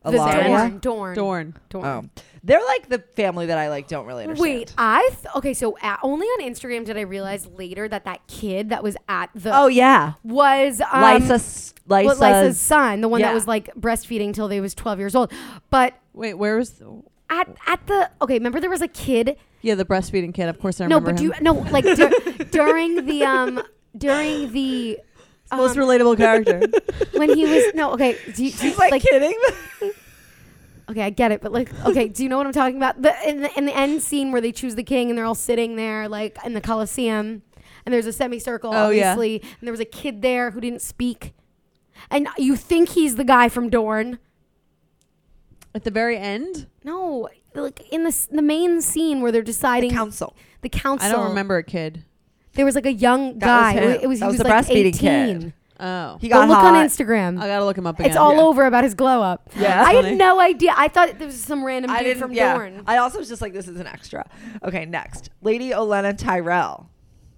Speaker 1: The
Speaker 3: Ilaria.
Speaker 1: Dorn. Dorn.
Speaker 2: Dorn.
Speaker 1: Dorn.
Speaker 3: Oh, they're like the family that I like. Don't really understand.
Speaker 1: Wait, I th- okay. So at, only on Instagram did I realize later that that kid that was at the
Speaker 3: Oh yeah,
Speaker 1: was uh, um,
Speaker 3: Lysa.
Speaker 1: well,
Speaker 3: Lysa's,
Speaker 1: Lysa's son, the one
Speaker 3: yeah.
Speaker 1: that was like breastfeeding till they was twelve years old. But
Speaker 2: Wait, where was? The,
Speaker 1: at at the okay, remember there was a kid
Speaker 2: yeah, the breastfeeding kid. Of course, I
Speaker 1: No,
Speaker 2: remember.
Speaker 1: but
Speaker 2: him.
Speaker 1: you no like dur- during the um during the um,
Speaker 2: most relatable character.
Speaker 1: when he was no okay do you, do you-
Speaker 3: She's like,
Speaker 1: like
Speaker 3: kidding.
Speaker 1: okay I get it but like okay do you know what I'm talking about the in the in the end scene where they choose the king and they're all sitting there like in the Colosseum and there's a semicircle
Speaker 2: Oh, yeah.
Speaker 1: obviously and there was a kid there who didn't speak and you think he's the guy from Dorne
Speaker 2: At the very end,
Speaker 1: no like in the s- the main scene where they're deciding
Speaker 3: council.
Speaker 1: the council
Speaker 2: I don't remember a kid.
Speaker 1: there was like a young
Speaker 3: That was
Speaker 1: guy
Speaker 3: him.
Speaker 1: it was
Speaker 3: That
Speaker 1: he was,
Speaker 3: was the
Speaker 1: like
Speaker 3: breastfeeding kid.
Speaker 1: 18
Speaker 2: Oh,
Speaker 3: He
Speaker 1: Go
Speaker 3: got
Speaker 1: look
Speaker 3: hot.
Speaker 1: on Instagram
Speaker 2: I gotta look him up again.
Speaker 1: It's all over about his glow up.
Speaker 3: Yeah.
Speaker 1: I
Speaker 2: Funny.
Speaker 1: had no idea. I thought there was some random
Speaker 3: I
Speaker 1: dude
Speaker 3: didn't.
Speaker 1: from
Speaker 3: yeah.
Speaker 1: Dorne.
Speaker 3: I also was just like, this is an extra. Okay, next, Lady Olenna Tyrell.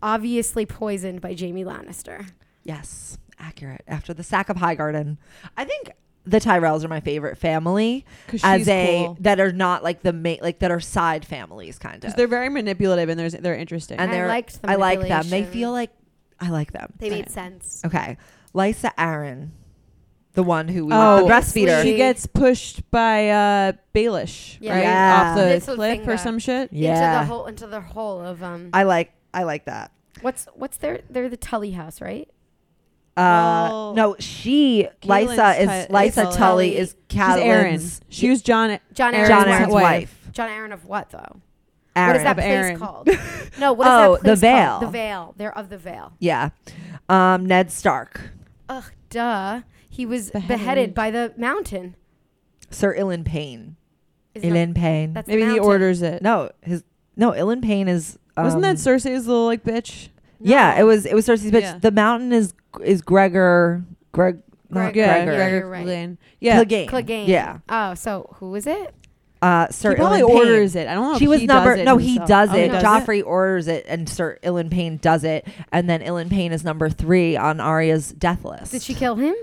Speaker 1: Obviously poisoned by Jamie Lannister.
Speaker 3: Yes, accurate. After the sack of Highgarden, I think the Tyrells are my favorite family
Speaker 2: 'Cause
Speaker 3: as
Speaker 2: she's
Speaker 3: a
Speaker 2: cool.
Speaker 3: that are not like the ma- like that are side families kind of.
Speaker 2: They're very manipulative and they're they're interesting.
Speaker 3: and
Speaker 1: I
Speaker 3: they're
Speaker 1: liked the
Speaker 3: I like them. They
Speaker 1: manipulation.
Speaker 3: feel like I like them.
Speaker 1: They made sense.
Speaker 3: Okay, Lysa Aaron, the one who we
Speaker 2: Oh,
Speaker 3: the breastfeeder.
Speaker 2: she gets pushed by uh, Baelish
Speaker 1: Yeah.
Speaker 2: right
Speaker 3: Yeah.
Speaker 2: off the
Speaker 1: This was
Speaker 2: cliff
Speaker 1: thing
Speaker 2: or
Speaker 1: that-
Speaker 2: some shit.
Speaker 3: yeah,
Speaker 1: Into the whole into the whole of um
Speaker 3: I like I like that.
Speaker 1: what's what's their they're the Tully house, right?
Speaker 3: Uh,
Speaker 2: Well,
Speaker 3: no, she
Speaker 2: Caelan's
Speaker 3: Lysa is
Speaker 2: Ty-
Speaker 3: Lysa
Speaker 2: Tully.
Speaker 3: Tully, is
Speaker 2: She's Aaron.
Speaker 3: Catelyn's
Speaker 2: She was John.
Speaker 1: John Aaron's,
Speaker 3: John
Speaker 1: wife.
Speaker 3: Aaron's
Speaker 2: wife.
Speaker 3: wife.
Speaker 1: John Aaron of what though?
Speaker 3: Aaron.
Speaker 1: What is that
Speaker 2: Of
Speaker 1: place
Speaker 2: Aaron.
Speaker 1: called? No, what is
Speaker 3: Oh,
Speaker 1: that
Speaker 3: the
Speaker 1: place called?
Speaker 3: Vale.
Speaker 1: The Vale. They're of the Vale.
Speaker 3: Yeah, um, Ned Stark,
Speaker 1: Ugh, duh. He was beheaded,
Speaker 2: Beheaded.
Speaker 1: by the mountain.
Speaker 3: Sir Ilan Payne.
Speaker 1: Isn't that-
Speaker 3: Ilan Payne.
Speaker 1: that's the
Speaker 2: Maybe he
Speaker 1: mountain.
Speaker 2: orders it.
Speaker 3: no, his no Ilan Payne is. Um,
Speaker 2: Wasn't that Cersei's little like bitch?
Speaker 3: Yeah, it was. It was Cersei's bitch.
Speaker 2: Yeah.
Speaker 3: The mountain is is Gregor Greg. not
Speaker 1: Greg-
Speaker 2: Yeah,
Speaker 3: Gregor.
Speaker 1: Gregor.
Speaker 2: Gregor
Speaker 1: You're right.
Speaker 2: Clegane. Yeah,
Speaker 3: Clegane.
Speaker 1: Clegane.
Speaker 3: Yeah.
Speaker 1: Oh, so who is it?
Speaker 3: uh, Sir
Speaker 2: He probably
Speaker 3: Ilan Payne-
Speaker 2: orders it. I don't know.
Speaker 3: She
Speaker 2: if
Speaker 3: was
Speaker 2: he
Speaker 3: number
Speaker 2: Does it
Speaker 3: no, he
Speaker 2: himself.
Speaker 3: does
Speaker 2: Oh,
Speaker 3: it.
Speaker 2: does
Speaker 3: Joffrey orders it, and Sir Ilan Payne does it, and then Ilan Payne is number three on Arya's death list.
Speaker 1: Did she kill him?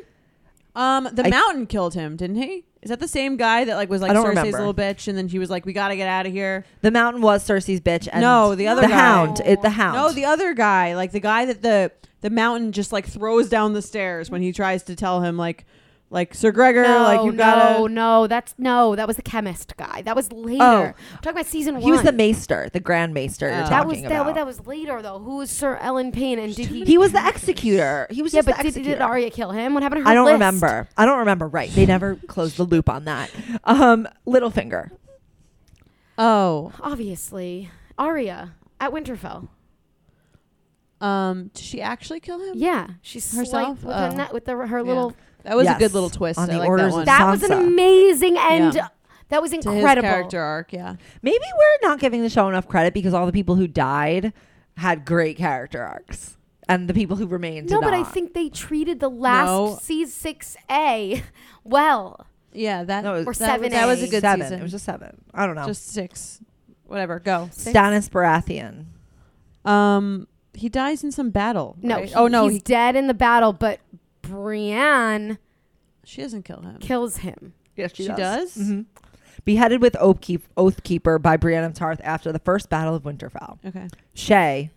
Speaker 2: Um, the
Speaker 3: I-
Speaker 2: mountain killed him, didn't he? Is that the same guy that like was like
Speaker 3: I don't
Speaker 2: Cersei's
Speaker 3: remember.
Speaker 2: little bitch, and then he was like, "We gotta get out of here."
Speaker 3: The Mountain was Cersei's bitch. And
Speaker 2: No, the other
Speaker 3: the
Speaker 2: guy.
Speaker 3: Hound. It, the Hound.
Speaker 2: No, the other guy, like the guy that the the mountain just like throws down the stairs when he tries to tell him like, like Sir Gregor,
Speaker 1: No,
Speaker 2: like you
Speaker 1: no,
Speaker 2: gotta.
Speaker 1: no. That's no. That was the chemist guy. That was later. I'm talking about season one.
Speaker 3: Oh. he was the Maester, the Grand Maester. You're
Speaker 2: Oh.
Speaker 3: talking
Speaker 1: That was
Speaker 3: about.
Speaker 1: that, that was later though. Who was Sir Ellen Payne and did he?
Speaker 3: he was the executor. He was
Speaker 1: yeah,
Speaker 3: just
Speaker 1: but
Speaker 3: the
Speaker 1: did,
Speaker 3: executor.
Speaker 1: did Arya kill him? What happened to her?
Speaker 3: I don't
Speaker 1: list?
Speaker 3: remember. I don't remember. Right. They never closed the loop on that. Um, Littlefinger.
Speaker 2: Oh,
Speaker 1: Obviously, Arya at Winterfell.
Speaker 2: um, did she actually kill him?
Speaker 1: Yeah, she's
Speaker 2: Herself?
Speaker 1: herself with,
Speaker 2: Oh.
Speaker 1: her, net, with the, her little.
Speaker 2: that was
Speaker 3: Yes.
Speaker 2: a good little twist.
Speaker 3: On
Speaker 2: I
Speaker 3: the
Speaker 2: like that
Speaker 3: orders
Speaker 2: one.
Speaker 3: of
Speaker 1: That was an
Speaker 3: Sansa.
Speaker 1: amazing end.
Speaker 2: Yeah.
Speaker 1: That was
Speaker 2: To his
Speaker 1: incredible.
Speaker 2: character arc. Yeah,
Speaker 3: Maybe we're not giving the show enough credit because all the people who died had great character arcs, and the people who remained.
Speaker 1: No,
Speaker 3: did
Speaker 1: but I
Speaker 3: not.
Speaker 1: think they treated the last
Speaker 2: No.
Speaker 1: season six A well.
Speaker 2: yeah, that
Speaker 3: No, it was-
Speaker 1: Or
Speaker 2: that
Speaker 1: seven
Speaker 2: Was, that was a
Speaker 1: A.
Speaker 2: good
Speaker 3: seven.
Speaker 2: season.
Speaker 3: It was just seven. I don't know.
Speaker 2: just six, whatever. Go.
Speaker 3: Stannis Baratheon.
Speaker 2: Um, he dies in some battle.
Speaker 1: No,
Speaker 2: right?
Speaker 1: he-
Speaker 2: oh no,
Speaker 1: he's
Speaker 2: he,
Speaker 1: dead in the battle, but Brienne
Speaker 2: she doesn't kill him.
Speaker 1: kills him.
Speaker 3: Yes,
Speaker 2: she does. Mm-hmm.
Speaker 3: hmm Beheaded with Oath, Keep, Oath Keeper by Brienne of Tarth after the first Battle of Winterfell.
Speaker 2: Okay.
Speaker 3: Shay.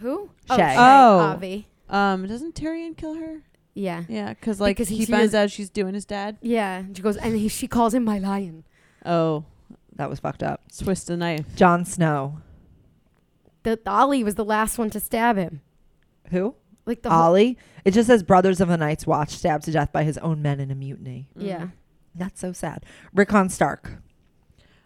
Speaker 1: Who?
Speaker 3: Shay.
Speaker 2: Oh.
Speaker 1: Avi.
Speaker 2: Um, doesn't Tyrion kill her?
Speaker 1: Yeah.
Speaker 2: Yeah, because like
Speaker 1: Because
Speaker 2: he
Speaker 1: he's- he
Speaker 2: finds
Speaker 1: was-
Speaker 2: out she's doing his dad.
Speaker 1: Yeah. And she goes, and he, she calls him my lion.
Speaker 2: Oh,
Speaker 3: That was fucked up.
Speaker 2: twist the knife.
Speaker 3: Jon Snow.
Speaker 1: The, the Ollie was the last one to stab him.
Speaker 3: Who?
Speaker 1: Like the whole,
Speaker 3: Ollie. It just says Brothers of the Night's Watch stabbed to death by his own men in a mutiny.
Speaker 2: Mm-hmm. Mm.
Speaker 1: yeah.
Speaker 3: That's so sad. Rickon Stark.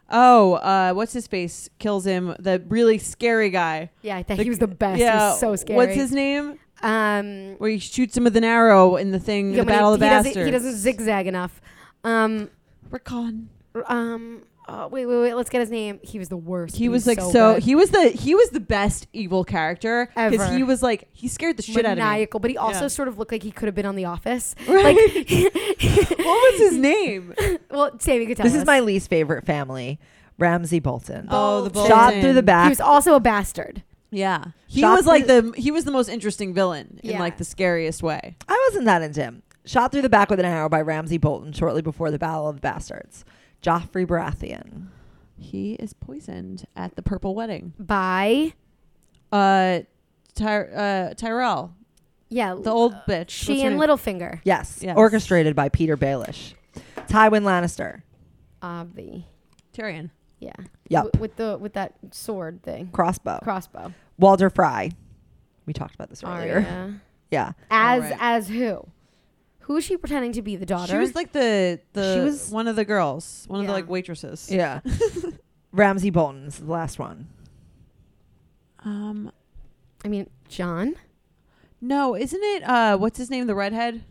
Speaker 2: Oh, uh, what's his face? Kills him. The really scary guy.
Speaker 1: Yeah, I thought he was the best. he was so scary.
Speaker 2: What's his name?
Speaker 1: um
Speaker 2: Where he shoots him with an arrow in the thing,
Speaker 1: yeah,
Speaker 2: the
Speaker 1: when he-
Speaker 2: Battle of
Speaker 1: he,
Speaker 2: the
Speaker 1: doesn't,
Speaker 2: Bastards.
Speaker 1: he doesn't zigzag enough. Um
Speaker 2: Rickon.
Speaker 1: r- um oh, wait, wait, wait, let's get his name. He was the worst.
Speaker 2: He
Speaker 1: but
Speaker 2: was like so.
Speaker 1: good.
Speaker 2: he was the he was the best evil character because
Speaker 1: Ever.
Speaker 2: he was like he scared the shit out of
Speaker 1: maniacal, but he also
Speaker 2: Yeah.
Speaker 1: sort of looked like he could have been on The Office.
Speaker 2: me. Right?
Speaker 1: Like,
Speaker 2: what was his name?
Speaker 1: well, Sammy could tell
Speaker 3: This
Speaker 1: us.
Speaker 3: is my least favorite family. Ramsey Bolton.
Speaker 2: Oh, the
Speaker 1: Bolton.
Speaker 3: Shot
Speaker 2: Bolton.
Speaker 3: through the
Speaker 1: He
Speaker 3: back.
Speaker 1: was also a bastard.
Speaker 2: Yeah, he
Speaker 3: Shot
Speaker 2: was like the he was the most interesting villain in
Speaker 1: Yeah.
Speaker 2: like the scariest way.
Speaker 3: I wasn't that into him. Shot through the back with an arrow by Ramsey Bolton shortly before the Battle of the Bastards. Joffrey Baratheon.
Speaker 2: He is poisoned at the purple wedding.
Speaker 1: By
Speaker 2: Uh, Ty- uh Tyrell,
Speaker 1: yeah,
Speaker 2: the old bitch.
Speaker 1: Uh, she
Speaker 2: What's her
Speaker 1: and
Speaker 2: name?
Speaker 1: Littlefinger.
Speaker 3: Yes.
Speaker 2: Yes.
Speaker 3: Orchestrated by Peter Baelish. Tywin Lannister.
Speaker 1: Obvi.
Speaker 2: Tyrion.
Speaker 1: Yeah.
Speaker 3: Yep.
Speaker 1: W- with the with that sword thing.
Speaker 3: Crossbow.
Speaker 1: Crossbow.
Speaker 3: Walter Fry. We talked about this earlier.
Speaker 1: Arya.
Speaker 3: Yeah.
Speaker 1: As
Speaker 2: Alright.
Speaker 1: as who? Who is she pretending to be the daughter?
Speaker 2: She was like the the
Speaker 3: She was-
Speaker 2: one of the girls, one of the
Speaker 1: Yeah.
Speaker 2: like waitresses.
Speaker 3: Yeah. Ramsey Bolton's the last one.
Speaker 2: Um,
Speaker 1: I mean, John.
Speaker 2: no, isn't it? Uh, what's his name? The redhead.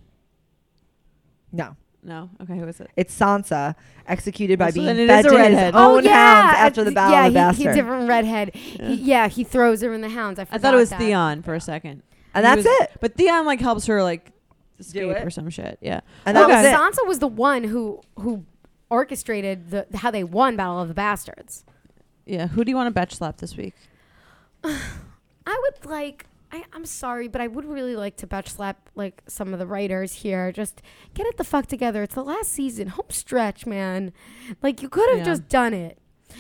Speaker 3: No.
Speaker 2: No. Okay, who is it?
Speaker 3: It's Sansa, executed by
Speaker 2: So
Speaker 3: being
Speaker 2: then it is
Speaker 3: fed
Speaker 2: a
Speaker 3: to his
Speaker 2: redhead.
Speaker 3: own hounds after the Battle
Speaker 1: Oh, yeah,
Speaker 3: of the
Speaker 1: he,
Speaker 3: Bastards.
Speaker 1: he different redhead. Yeah. He, yeah, he throws her in the hounds. I,
Speaker 2: I
Speaker 1: forgot
Speaker 2: thought it was
Speaker 1: that.
Speaker 2: Theon for a second,
Speaker 3: and
Speaker 2: He
Speaker 3: that's
Speaker 2: was-
Speaker 3: it.
Speaker 2: But Theon like helps her like escape
Speaker 3: it.
Speaker 2: or some shit. Yeah.
Speaker 3: And
Speaker 1: Well,
Speaker 3: that was it.
Speaker 1: Sansa was the one who who orchestrated the how they won Battle of the Bastards.
Speaker 2: Yeah. Who do you want to bet slap this week?
Speaker 1: I would like. I, I'm sorry, but I would really like to betch slap like some of the writers here. Just get it the fuck together. It's the last season, home stretch, man. Like you could have
Speaker 2: Yeah.
Speaker 1: just done it.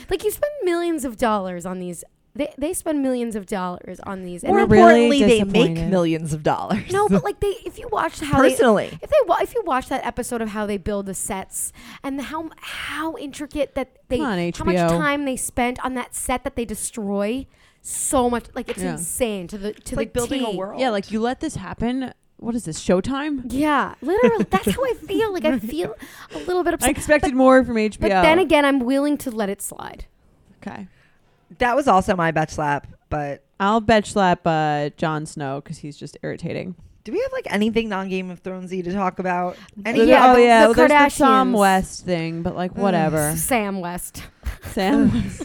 Speaker 1: Like you spend millions of dollars on these. They they spend millions of dollars on these. And
Speaker 3: More
Speaker 2: We're
Speaker 1: then-
Speaker 2: really
Speaker 3: importantly, they make
Speaker 2: disappointed.
Speaker 3: millions of dollars.
Speaker 1: no, but like they, if you watch how they,
Speaker 3: personally.
Speaker 1: if they wa- if you watch that episode of how they build the sets and how how intricate that they
Speaker 2: Come on,
Speaker 1: how much
Speaker 2: HBO.
Speaker 1: time they spent on that set that they destroy so much like it's
Speaker 2: Yeah.
Speaker 1: insane to the to the
Speaker 3: like building a
Speaker 1: T.
Speaker 3: world.
Speaker 2: Yeah, like you let this happen. What is this Showtime?
Speaker 1: yeah literally that's how I feel like I feel a little bit
Speaker 2: I
Speaker 1: upset
Speaker 2: expected more from HBO.
Speaker 1: but then again I'm willing to let it slide
Speaker 2: okay.
Speaker 3: that was also my bet slap. But
Speaker 2: I'll bet slap uh, Jon Snow because he's just irritating.
Speaker 3: do we have like anything non Game of Thronesy to talk about? Any
Speaker 1: Yeah,
Speaker 2: oh
Speaker 1: the-
Speaker 2: yeah,
Speaker 1: the
Speaker 2: well, there's the Sam
Speaker 1: Kardashians.
Speaker 2: West thing, but like whatever.
Speaker 1: Sam West
Speaker 2: Sam, West.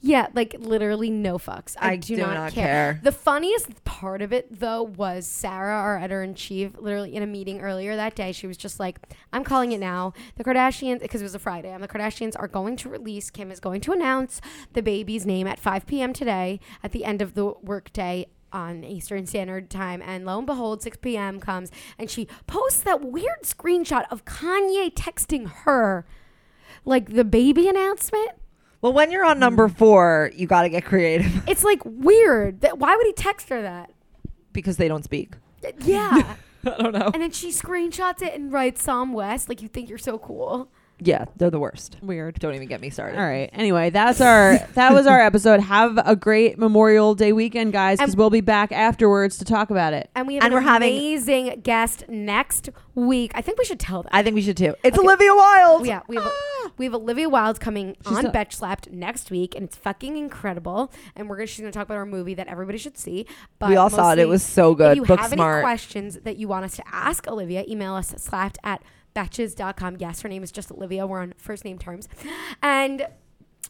Speaker 1: Yeah, like literally no fucks. I,
Speaker 3: I
Speaker 1: do,
Speaker 3: do
Speaker 1: not,
Speaker 3: not
Speaker 1: care.
Speaker 3: care.
Speaker 1: The funniest part of it though was Sarah, our editor in chief, literally in a meeting earlier that day, she was just like, "I'm calling it now. The Kardashians, because it was a Friday, and the Kardashians are going to release. Kim is going to announce the baby's name at 5 p.m. today, at the end of the workday." On Eastern Standard Time, and lo and behold, 6 p.m. comes, and she posts that weird screenshot of Kanye texting her, like the baby announcement.
Speaker 3: Well, when you're on number four, you got to get creative
Speaker 1: It's like weird. That why would he text her that?
Speaker 3: because they don't speak.
Speaker 1: Yeah.
Speaker 3: I don't know.
Speaker 1: and then she screenshots it and writes Psalm West like you think you're so cool.
Speaker 3: Yeah, they're the worst.
Speaker 2: Weird.
Speaker 3: Don't even get me started.
Speaker 2: All right. Anyway, that's our that was our episode. Have a great Memorial Day weekend, guys, because
Speaker 1: And-
Speaker 2: we'll be back afterwards to talk about it.
Speaker 1: And we have
Speaker 3: And
Speaker 1: an
Speaker 3: we're having-
Speaker 1: amazing guest next week. I think we should tell them.
Speaker 3: I Ah! think we should too. It's
Speaker 1: Okay. Oh,
Speaker 3: Olivia Wilde.
Speaker 1: yeah, we have, we have Olivia Wilde coming on
Speaker 2: not-
Speaker 1: Betch Slapped next week, and it's fucking incredible. And we're gonna she's gonna talk about our movie that everybody should see. But
Speaker 3: We all saw it. It
Speaker 1: mostly,
Speaker 3: was so
Speaker 1: If
Speaker 3: good.
Speaker 1: you
Speaker 3: Book
Speaker 1: have any
Speaker 3: smart.
Speaker 1: questions that you want us to ask Olivia, email us slapped at betches.com. Yes, her name is just Olivia. We're on first name terms, and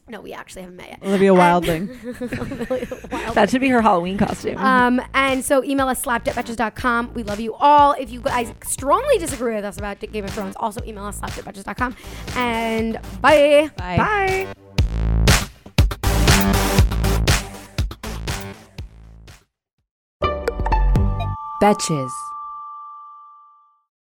Speaker 1: no, we actually haven't met yet.
Speaker 2: Olivia Wilding.
Speaker 1: Wildling.
Speaker 3: That should be her Halloween costume.
Speaker 1: Um, and so email us slapped at betches.com. We love you all. If you guys strongly disagree with us about Game of Thrones, also email us slapped at betches.com. And bye.
Speaker 3: Bye.
Speaker 6: Betches.